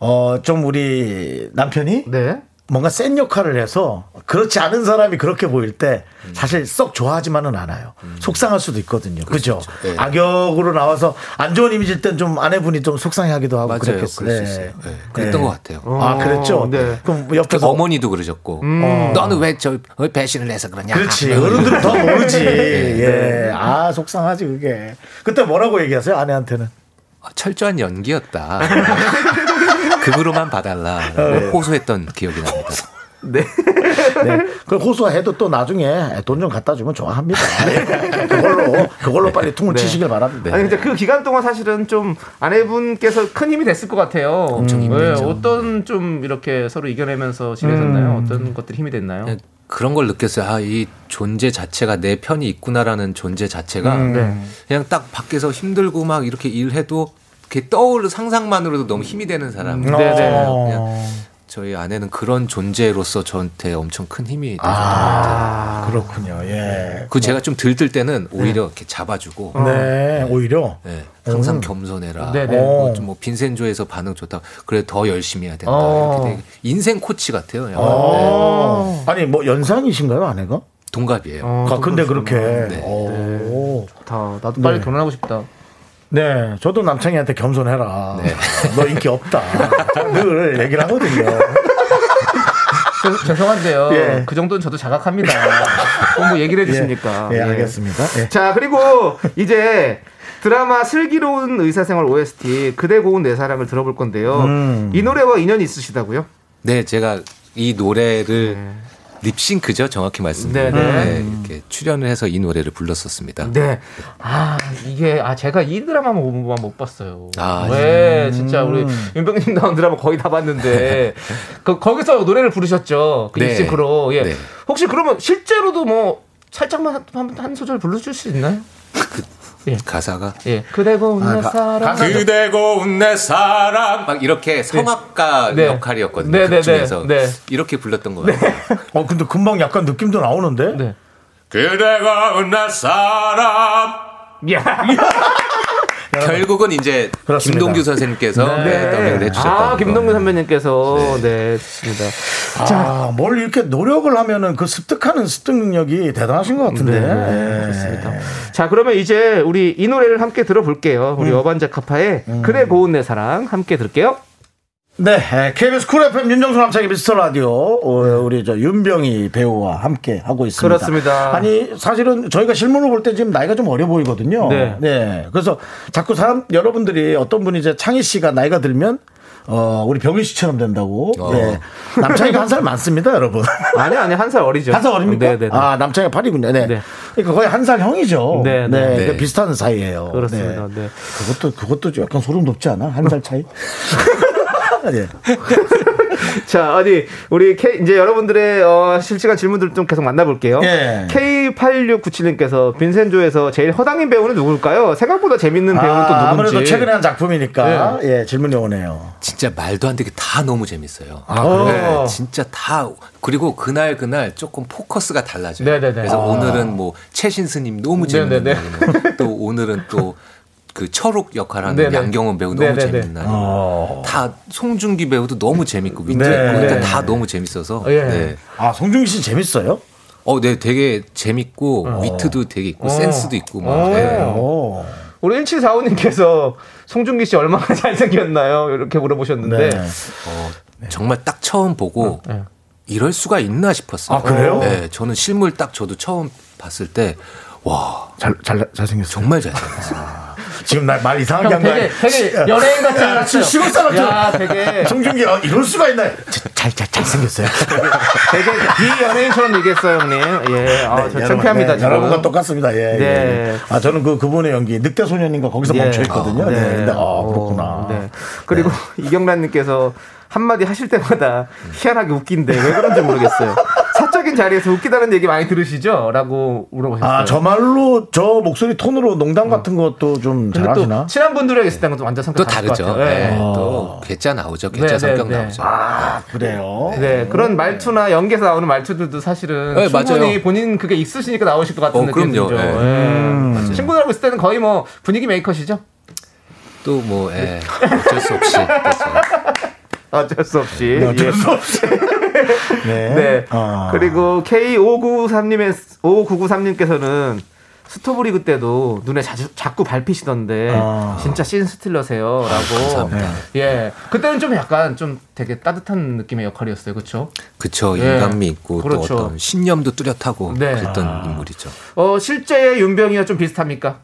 Speaker 1: 어, 좀 우리 남편이
Speaker 2: 네.
Speaker 1: 뭔가 센 역할을 해서 그렇지 않은 사람이 그렇게 보일 때 사실 썩 좋아하지만은 않아요.
Speaker 2: 음.
Speaker 1: 속상할 수도 있거든요.
Speaker 2: 그렇죠.
Speaker 1: 그죠?
Speaker 5: 네.
Speaker 1: 악역으로 나와서 안 좋은 이미지일 땐 좀 아내분이 좀 속상해하기도 하고
Speaker 5: 맞아요.
Speaker 1: 그랬겠어요.
Speaker 5: 그럴 수 있어요. 네, 그랬던 것 같아요.
Speaker 1: 아, 그랬죠?
Speaker 2: 네.
Speaker 1: 그럼
Speaker 5: 특히
Speaker 1: 옆에서 음.
Speaker 5: 어머니도 그러셨고 너는 왜 저 배신을 해서 그러냐
Speaker 1: 그렇지. 어른들은 더 모르지. 예. 아, 속상하지, 그게. 그때 뭐라고 얘기하세요? 아내한테는.
Speaker 5: 아, 철저한 연기였다 극으로만 봐달라 호소했던 기억이 납니다
Speaker 1: 네. 그 호소해도 또 나중에 돈 좀 갖다 주면 좋아합니다. 예. 그걸로, 그걸로 빨리 퉁을 치시길 바랍니다.
Speaker 2: 아니 근데 그 기간 동안 사실은 좀 아내분께서 큰 힘이 됐을 것 같아요. 네, 엄청
Speaker 5: 힘들죠.
Speaker 2: 음. 어떤 좀 이렇게 서로 이겨내면서 지내셨나요? 어떤 것들이 힘이 됐나요?
Speaker 5: 그냥 그런 걸 느꼈어요. 아, 이 존재 자체가 내 편이 있구나라는 존재 자체가
Speaker 1: 음, 네.
Speaker 5: 그냥 딱 밖에서 힘들고 막 이렇게 일해도 이렇게 떠오르 상상만으로도 너무 힘이 되는 사람.
Speaker 2: 네, 네.
Speaker 1: 어.
Speaker 5: 그냥 저희 아내는 그런 존재로서 저한테 엄청 큰 힘이 되셨던 것 같아요.
Speaker 1: 그렇군요. 예.
Speaker 5: 그 제가 좀 들뜰 때는 오히려 이렇게 잡아주고
Speaker 1: 네, 오히려.
Speaker 5: 예, 항상 겸손해라.
Speaker 2: 음. 네, 네.
Speaker 5: 뭐, 좀뭐 빈센조에서 반응 좋다. 그래 더 열심히 해야 된다.
Speaker 2: 어.
Speaker 5: 이렇게 되게 인생 코치 같아요. 약간. 네,
Speaker 1: 어. 아니, 뭐 연상이신가요, 아내가?
Speaker 5: 동갑이에요.
Speaker 2: 어,
Speaker 1: 아, 근데
Speaker 2: 그러시구나.
Speaker 1: 그렇게.
Speaker 5: 네.
Speaker 1: 오.
Speaker 2: 다 나도 빨리
Speaker 1: 네.
Speaker 2: 결혼하고 싶다.
Speaker 1: 네, 저도 남창희한테 겸손해라. 너 인기 없다. 늘 얘기를 하거든요.
Speaker 2: 죄- 죄송한데요.
Speaker 1: 예.
Speaker 2: 그 정도는 저도 자각합니다. 그럼 뭐 얘기를 해주십니까?
Speaker 1: 예, 예,
Speaker 2: 예.
Speaker 1: 알겠습니다. 예.
Speaker 2: 자 그리고 이제 드라마 슬기로운 의사생활 OST 그대 고운 내 사랑을 들어볼 건데요. 이 노래와 인연이 있으시다고요?
Speaker 5: 네, 제가 이 노래를 립싱크죠, 정확히 말씀드리면
Speaker 2: 네,
Speaker 5: 네, 이렇게 출연을 해서 이 노래를 불렀었습니다.
Speaker 2: 네. 아 이게 아 제가 이 드라마만 못, 못 봤어요.
Speaker 5: 아,
Speaker 2: 왜 진짜 우리 윤병님 나온 드라마 거의 다 봤는데 그 거기서 노래를 부르셨죠. 그
Speaker 5: 네.
Speaker 2: 입식으로. 예.
Speaker 5: 네.
Speaker 2: 혹시 그러면 실제로도 뭐 살짝만 한- 한, 한 소절 불러줄 수 있나요?
Speaker 5: 가사가
Speaker 2: 예. 그대고 내 사랑.
Speaker 5: 그대고 운내 사랑 막 이렇게 성악가
Speaker 2: 네.
Speaker 5: 역할이었거든요.
Speaker 2: 네, 네,
Speaker 5: 그 중에서
Speaker 2: 네, 네.
Speaker 5: 이렇게 불렀던 거예요.
Speaker 1: 어, 근데 금방 약간 느낌도 나오는데?
Speaker 2: 네.
Speaker 5: 그대고 운내 사랑
Speaker 2: 야.
Speaker 5: 결국은 이제
Speaker 1: 그렇습니다.
Speaker 5: 김동규 선생님께서 네, 더빙을 해주셨다.
Speaker 2: 아 김동근 선배님께서 네 좋습니다.
Speaker 1: 자, 뭘 이렇게 노력을 하면은 그 습득하는 습득 능력이 대단하신 것 같은데. 예.
Speaker 2: 그렇습니다. 자 그러면 이제 우리 이 노래를 함께 들어볼게요.
Speaker 1: 음.
Speaker 2: 우리 어반자카파의 그대 고운 내 사랑 함께 들을게요.
Speaker 1: 네, 에, KBS 쿨 FM 윤정수 남창희 미스터 라디오 어, 우리 저 윤병희 배우와 함께 하고 있습니다.
Speaker 2: 그렇습니다.
Speaker 1: 아니 사실은 저희가 실물로 볼 때 지금 나이가 좀 어려 보이거든요.
Speaker 2: 네.
Speaker 1: 그래서 자꾸 사람 여러분들이 어떤 분이 이제 창희 씨가 나이가 들면 어 우리 병희 씨처럼 된다고.
Speaker 5: 어.
Speaker 1: 네. 남창희가 한 살 많습니다, 여러분.
Speaker 2: 아니 아니 한 살 어리죠.
Speaker 1: 한 살 어립니까?
Speaker 2: 네네.
Speaker 1: 아 남창희 팔이군요. 네.
Speaker 2: 네.
Speaker 1: 그러니까 거의 한 살 형이죠.
Speaker 2: 네, 네.
Speaker 1: 그러니까
Speaker 5: 네.
Speaker 1: 비슷한 사이예요.
Speaker 2: 그렇습니다.
Speaker 1: 네.
Speaker 2: 네.
Speaker 1: 그것도 그것도 약간 소름 돋지 않아? 한 살 차이? 네.
Speaker 2: 네. 자 아니 우리 K, 이제 여러분들의 어, 실시간 질문들 좀 계속 만나볼게요.
Speaker 1: 예.
Speaker 2: K8697님께서 빈센조에서 제일 허당인 배우는 누굴까요? 생각보다 재밌는 그 배우는 또 누군지. 네.
Speaker 1: 아무래도 최근에 한 작품이니까 예 질문이 오네요.
Speaker 5: 진짜 말도 안 되게 다 너무 재밌어요.
Speaker 2: 아,
Speaker 1: 그래요?
Speaker 5: 네, 진짜 다 그리고 그날 그날 조금 포커스가 달라져요.
Speaker 2: 네네네.
Speaker 5: 그래서
Speaker 2: 아.
Speaker 5: 오늘은 뭐 최신 스님 너무 재밌는
Speaker 2: 네네네.
Speaker 5: 날이네요. 또 오늘은 또 그 철옥 역할하는
Speaker 2: 네네.
Speaker 5: 양경원 배우 너무
Speaker 2: 네네네. 아.
Speaker 5: 재밌는 날.
Speaker 1: 어.
Speaker 5: 다 송중기 배우도 너무 재밌고 윈
Speaker 1: 네.
Speaker 5: 그러니까 다 너무 재밌어서.
Speaker 2: 예.
Speaker 5: 네.
Speaker 1: 아 송중기 씨 재밌어요?
Speaker 5: 어, 네, 되게 재밌고 위트도 되게
Speaker 2: 어.
Speaker 5: 있고 센스도 있고 막.
Speaker 2: 어.
Speaker 5: 네.
Speaker 1: 오.
Speaker 2: 우리 1745님께서 송중기 씨 얼마나 잘생겼나요? 이렇게 물어보셨는데.
Speaker 1: 네.
Speaker 5: 네. 정말 딱 처음 보고
Speaker 2: 네.
Speaker 5: 이럴 수가 있나 싶었어요.
Speaker 1: 아, 그래요?
Speaker 5: 네, 저는 실물 딱 저도 처음 봤을 때 와,
Speaker 1: 잘잘 잘생겼어.
Speaker 5: 정말 잘생겼어요.
Speaker 1: 지금 나 말 이상하게
Speaker 2: 형
Speaker 1: 한 거야.
Speaker 2: 되게 되게 연예인 같지
Speaker 1: 야,
Speaker 2: 않았어요?
Speaker 1: 지금 시골 사람 좀-
Speaker 2: 야, 되게
Speaker 1: 송중기 어, 이럴 수가 있나? 잘잘 잘생겼어요.
Speaker 2: 되게 비 연예인처럼 얘기했어요, 형님. 예, 아, 저
Speaker 1: 여러분,
Speaker 2: 창피합니다.
Speaker 1: 네,
Speaker 2: 지금.
Speaker 1: 여러분과 똑같습니다. 예.
Speaker 2: 네.
Speaker 1: 예. 아 저는 그 그분의 연기 늑대 소년인가 거기서
Speaker 2: 예.
Speaker 1: 멈춰 있거든요.
Speaker 2: 아,
Speaker 1: 네. 근데 아
Speaker 2: 어,
Speaker 1: 그렇구나.
Speaker 2: 네. 그리고 이경란님께서 한마디 하실 때마다 희한하게 웃긴데 왜 그런지 모르겠어요. 사적인 자리에서 웃기다는 얘기 많이 들으시죠? 라고 물어보셨어요. 음.
Speaker 1: 아 저말로 저 목소리 톤으로 농담 같은 것도 좀
Speaker 2: 근데 또
Speaker 1: 잘하시나?
Speaker 2: 친한 분들이랑 있을 때는 또 완전 성격
Speaker 5: 또
Speaker 2: 다를 것
Speaker 5: 다르죠.
Speaker 2: 같아요. 예.
Speaker 5: 네. 또 괴짜 나오죠. 괴짜
Speaker 2: 네,
Speaker 5: 성격
Speaker 2: 네, 네.
Speaker 5: 나오죠.
Speaker 1: 아 그래요.
Speaker 2: 네, 그런 말투나 연기에서 나오는 말투들도 사실은
Speaker 5: 네,
Speaker 2: 충분히
Speaker 5: 맞아요.
Speaker 2: 본인 그게 있으시니까 나오실 것 같은
Speaker 5: 어,
Speaker 2: 느낌이
Speaker 5: 그럼요.
Speaker 2: 들죠.
Speaker 5: 예.
Speaker 2: 예. 친구들하고 있을 때는 거의 뭐 분위기 메이커시죠?
Speaker 5: 또 뭐
Speaker 2: 네.
Speaker 5: 예, 어쩔 수 없이 됐어요.
Speaker 2: 어쩔 수 없이. 예.
Speaker 1: 어쩔 수 없이. 네.
Speaker 2: 네.
Speaker 1: 아.
Speaker 2: 그리고 K5993님의 5993님께서는 스토브리그 때도 눈에 자주, 자꾸 밟히시던데
Speaker 1: 아.
Speaker 2: 진짜 신 스틸러세요라고.
Speaker 5: 아, 감사합니다.
Speaker 2: 예. 그때는 좀 약간 좀 되게 따뜻한 느낌의 역할이었어요. 그렇죠?
Speaker 5: 그쵸.
Speaker 2: 예.
Speaker 5: 인간미 있고
Speaker 2: 그렇죠.
Speaker 5: 또 어떤 신념도 뚜렷하고
Speaker 2: 네.
Speaker 5: 그랬던 인물이죠.
Speaker 2: 어, 실제의 윤병이와 좀 비슷합니까?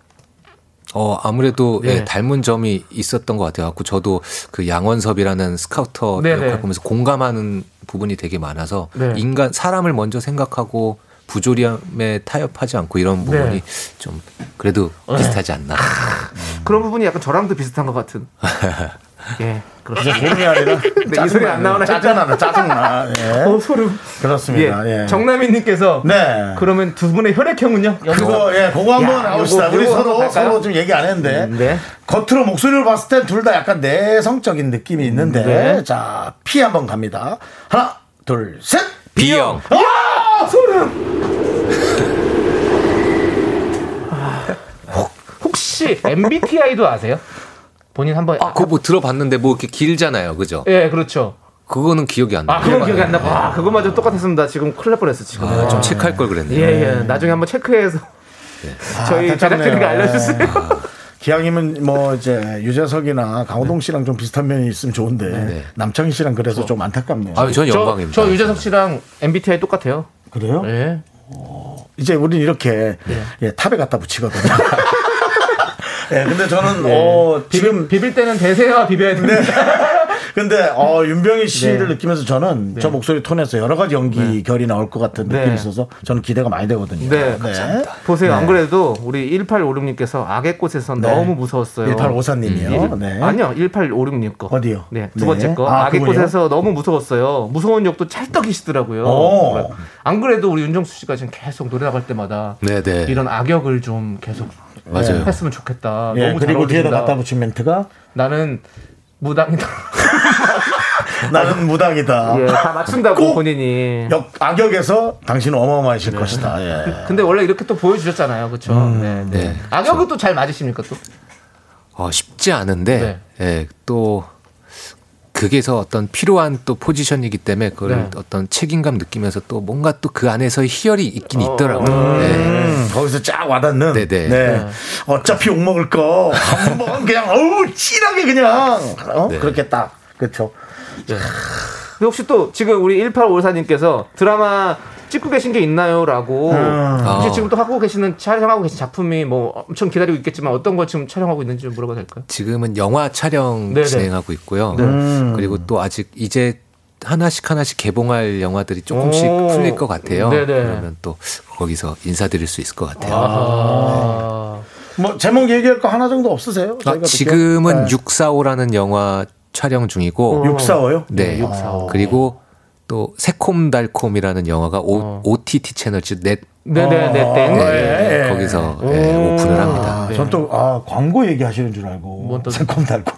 Speaker 5: 어 아무래도 예,
Speaker 2: 네.
Speaker 5: 닮은 점이 있었던 것 같아요. 갖고 저도 그 양원섭이라는 스카우터
Speaker 2: 네, 네.
Speaker 5: 역할 보면서 공감하는 부분이 되게 많아서
Speaker 2: 네.
Speaker 5: 인간 사람을 먼저 생각하고 부조리함에 타협하지 않고
Speaker 2: 네.
Speaker 5: 이런 부분이 좀 그래도 비슷하지 않나.
Speaker 2: 아, 그런 부분이 약간 저랑도 비슷한 것 같은. 예.
Speaker 1: 이제 소름이 아니라
Speaker 2: 네, 이 소리 안 나오나
Speaker 1: 짜증나 짜증나 예.
Speaker 2: 어, 소름.
Speaker 1: 그렇습니다 예.
Speaker 2: 정남인님께서
Speaker 1: 네
Speaker 2: 그러면 두 분의 혈액형은요?
Speaker 1: 그거 예 그거 한번
Speaker 2: 야,
Speaker 1: 나옵시다
Speaker 2: 요거,
Speaker 1: 우리
Speaker 2: 요거
Speaker 1: 서로
Speaker 2: 한번 갈까요?
Speaker 1: 서로 좀 얘기 안 했는데
Speaker 2: 음, 네.
Speaker 1: 겉으로 목소리를 봤을 땐 둘 다 약간 내성적인 느낌이 있는데
Speaker 2: 네.
Speaker 1: 자피 한번 갑니다 하나 둘셋
Speaker 5: B형.
Speaker 2: 아, 소름. 혹시 MBTI도 아세요? 본인 한번
Speaker 5: 아, 그거 뭐 들어봤는데 뭐 이렇게 길잖아요. 그죠?
Speaker 2: 예, 그렇죠.
Speaker 5: 그거는 기억이 안 나.
Speaker 2: 아, 그건 기억이 안 나. 아, 그거마저 똑같았습니다. 지금 큰일 날 뻔했어, 지금.
Speaker 5: 아, 좀 체크할 걸 그랬네.
Speaker 2: 예, 예. 나중에 한번 체크해서
Speaker 1: 아,
Speaker 2: 저희
Speaker 1: 안타깝네요. 예.
Speaker 2: 제작진에게 알려주세요.
Speaker 1: 기왕이면 뭐 이제 유재석이나 강호동 씨랑 좀 비슷한 면이 있으면 좋은데
Speaker 5: 네.
Speaker 1: 남창희 씨랑 네. 그래서 좀 안타깝네요
Speaker 5: 아,
Speaker 2: 저,
Speaker 5: 전 영광입니다.
Speaker 2: 저 유재석 씨랑 MBTI 똑같아요.
Speaker 1: 그래요
Speaker 2: 예.
Speaker 1: 어, 이제 우린 이렇게 예, 탑에 갖다 붙이거든요 예 근데 저는 어 지금
Speaker 2: 지금 비빌 때는 대세와 비벼야 됩니다.
Speaker 1: 근데 어, 윤병희 씨를
Speaker 2: 네.
Speaker 1: 느끼면서 저는 저 목소리 톤에서 여러 가지 연기 결이 나올 것 같은
Speaker 2: 네.
Speaker 1: 느낌이 있어서 저는 기대가 많이 되거든요.
Speaker 2: 네, 감사합니다. 보세요. 안 그래도 우리 1856님께서 악의 꽃에서
Speaker 1: 네.
Speaker 2: 너무 무서웠어요.
Speaker 1: 1854님이요.
Speaker 2: 음, 일-
Speaker 1: 네.
Speaker 2: 아니요, 1856님 거.
Speaker 1: 어디요?
Speaker 2: 네, 두
Speaker 1: 네.
Speaker 2: 번째 거.
Speaker 1: 아,
Speaker 2: 악의
Speaker 1: 그분이요?
Speaker 2: 꽃에서 너무 무서웠어요. 무서운 욕도 찰떡이시더라고요.
Speaker 1: 오.
Speaker 2: 안 그래도 우리 윤정수 씨가 지금 계속 노래 나갈 때마다
Speaker 5: 네, 네.
Speaker 2: 이런 악역을 좀 계속
Speaker 5: 맞아요.
Speaker 2: 했으면 좋겠다.
Speaker 1: 예,
Speaker 2: 너무 잘
Speaker 1: 그리고 뒤에다
Speaker 2: 어울린다.
Speaker 1: 갖다 붙인 멘트가
Speaker 2: 나는 무당이다.
Speaker 1: 나는 무당이다.
Speaker 2: 예, 다 맞춘다고
Speaker 1: 꼭
Speaker 2: 본인이.
Speaker 1: 역, 악역에서 당신은
Speaker 2: 네.
Speaker 1: 어마어마하실 것이다. 예.
Speaker 2: 근데 원래 이렇게 또 보여주셨잖아요, 그렇죠?
Speaker 1: 음,
Speaker 2: 네, 네.
Speaker 5: 네.
Speaker 2: 악역은 또 잘 맞으십니까 또?
Speaker 5: 어, 쉽지 않은데 예, 또 그게서 어떤 필요한 또 포지션이기 때문에 그걸
Speaker 2: 네.
Speaker 5: 어떤 책임감 느끼면서 또 뭔가 또 그 안에서 희열이 있긴 있더라고요. 네.
Speaker 1: 음, 거기서 쫙 와닿는.
Speaker 5: 네네.
Speaker 1: 네. 어차피 욕 먹을 거 한번 그냥 어우 찐하게 그냥 어?
Speaker 2: 네.
Speaker 1: 그렇게 딱 그렇죠.
Speaker 2: 근데 혹시 또 지금 우리 1854님께서 드라마 찍고 계신 게 있나요라고
Speaker 1: 음.
Speaker 2: 혹시
Speaker 5: 아.
Speaker 2: 지금 또 하고 계시는 촬영하고 계신 작품이 뭐 엄청 기다리고 있겠지만 어떤 걸 지금 촬영하고 있는지 좀 물어봐도 될까요?
Speaker 5: 지금은 영화 촬영
Speaker 2: 네네.
Speaker 5: 진행하고 있고요. 그리고 또 아직 이제 하나씩 하나씩 개봉할 영화들이 조금씩
Speaker 2: 오.
Speaker 5: 풀릴 것 같아요.
Speaker 2: 네네.
Speaker 5: 그러면 또 거기서 인사드릴 수 있을 것 같아요.
Speaker 2: 아,
Speaker 1: 뭐 제목 얘기할 거 하나 정도 없으세요?
Speaker 5: 아,
Speaker 1: 저희가
Speaker 5: 지금은
Speaker 1: 듣기로? 네. 음.
Speaker 5: 645라는 영화 촬영 중이고
Speaker 1: 육사오요? 아,
Speaker 5: 네. 그리고 또 새콤달콤이라는 영화가 오, OTT 채널 즉 넷.
Speaker 2: 네네네
Speaker 5: 네,
Speaker 2: 땡.
Speaker 1: 어. 예, 예.
Speaker 5: 거기서 예, 오픈을 합니다.
Speaker 2: 네.
Speaker 1: 전 또 아, 광고 얘기하시는 줄 알고
Speaker 2: 또-
Speaker 1: 새콤달콤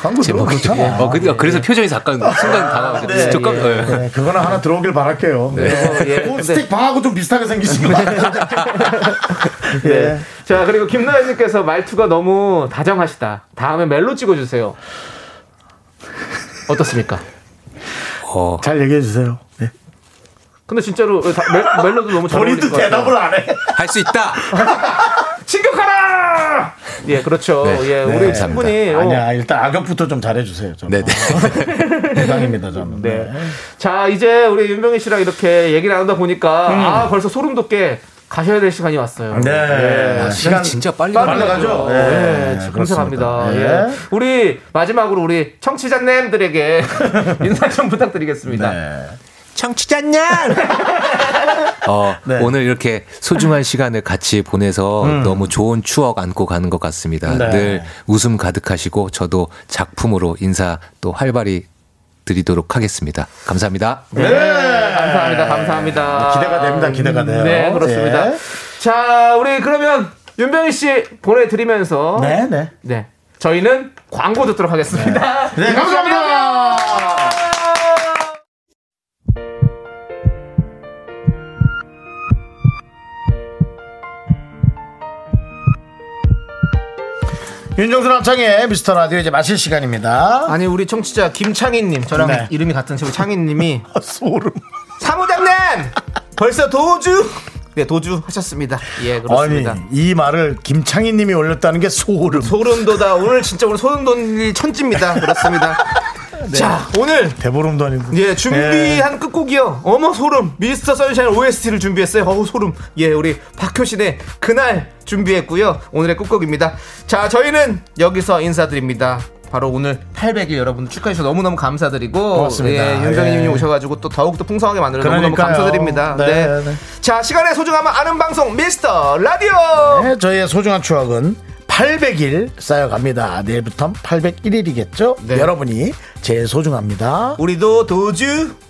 Speaker 1: 광고 제목
Speaker 5: 제목이
Speaker 1: 그렇잖아. 예.
Speaker 5: 어, 그, 래서 표정이 잠깐 순간 당황하죠.
Speaker 1: 네,
Speaker 5: 저 깜- 예.
Speaker 1: 네, 그거는 하나 들어오길 바랄게요. 네.
Speaker 2: 예,
Speaker 1: 그
Speaker 2: 근데- 네.
Speaker 1: 스틱 방하고 좀 비슷하게 생기신 것 같아요. 예.
Speaker 2: 자 그리고 김나연님께서 말투가 너무 다정하시다. 다음에 멜로 찍어주세요. 어떻습니까?
Speaker 5: 어,
Speaker 1: 잘 얘기해 주세요. 네.
Speaker 2: 근데 진짜로 어, 다- 멜, 멜로도 너무 잘 어울릴
Speaker 1: 본인도
Speaker 2: 것 같아요.
Speaker 1: 대답을 안 해.
Speaker 5: 할 수 있다.
Speaker 2: 진격하라! 예, 그렇죠.
Speaker 5: 네.
Speaker 2: 예,
Speaker 1: 네,
Speaker 2: 우리 충분히. 어,
Speaker 1: 아니야, 일단 악역부터 좀 잘해 주세요.
Speaker 5: 네, 네.
Speaker 1: 대상입니다, 저는.
Speaker 2: 네. 자, 이제 우리 윤병희 씨랑 이렇게 얘기를 나누다 보니까 아, 벌써 소름 돋게 가셔야 될 시간이 왔어요.
Speaker 1: 음. 네.
Speaker 5: 아, 시간
Speaker 1: 시간
Speaker 5: 진짜 빨리
Speaker 1: 빨리
Speaker 5: 가네요.
Speaker 1: 가죠.
Speaker 2: 예,
Speaker 1: 네,
Speaker 2: 감사합니다.
Speaker 1: 그렇습니다. 네.
Speaker 2: 예. 우리 마지막으로 우리 청취자님들에게 인사 좀 부탁드리겠습니다.
Speaker 1: 네.
Speaker 5: 청취자님! 어,
Speaker 1: 네.
Speaker 5: 오늘 이렇게 소중한 시간을 같이 보내서 너무 좋은 추억 안고 가는 것 같습니다.
Speaker 1: 네.
Speaker 5: 늘 웃음 가득하시고 저도 작품으로 인사 또 활발히 드리도록 하겠습니다. 감사합니다.
Speaker 2: 네. 감사합니다. 감사합니다.
Speaker 1: 네, 기대가 됩니다. 기대가 돼요.
Speaker 2: 네, 그렇습니다.
Speaker 1: 예.
Speaker 2: 자, 우리 그러면 윤병희 씨 보내드리면서
Speaker 1: 네, 네.
Speaker 2: 네. 저희는 광고 듣도록 하겠습니다.
Speaker 1: 네, 감사합니다. 윤정수 남창의 미스터 라디오 이제 마실 시간입니다.
Speaker 2: 아니 우리 청취자 김창희님 저랑
Speaker 1: 네.
Speaker 2: 이름이 같은 친구 창희님이
Speaker 1: 아, 소름.
Speaker 2: 사무장님 벌써 도주 네 도주 하셨습니다 예 그렇습니다
Speaker 1: 아니, 이 말을 김창희 님이 올렸다는 게 소름.
Speaker 2: 소름 돋아 오늘 진짜 오늘 소름 돋는 천지입니다 그렇습니다
Speaker 1: 네.
Speaker 2: 자 오늘
Speaker 1: 대보름도 아닌데.
Speaker 2: 예
Speaker 1: 네.
Speaker 2: 준비한 끝곡이요 어머 소름 미스터 선샤인 OST를 준비했어요 어우 소름 예 우리 박효신의 그날 준비했고요 오늘의 끝곡입니다 자 저희는 여기서 인사드립니다 바로 오늘 800일 여러분 축하해 주셔서 너무너무 감사드리고
Speaker 1: 고맙습니다.
Speaker 2: 예, 윤정희님이
Speaker 1: 예.
Speaker 2: 오셔가지고 또 더욱더 풍성하게 만들어 너무너무
Speaker 1: 그러니까요.
Speaker 2: 감사드립니다
Speaker 1: 네,
Speaker 2: 네.
Speaker 1: 네.
Speaker 2: 자 시간의 소중함을 아는 방송 미스터 라디오
Speaker 1: 네, 저희의 소중한 추억은 800일 쌓여갑니다. 내일부터 801일이겠죠?
Speaker 2: 네.
Speaker 1: 여러분이 제일 소중합니다.
Speaker 2: 우리도 도주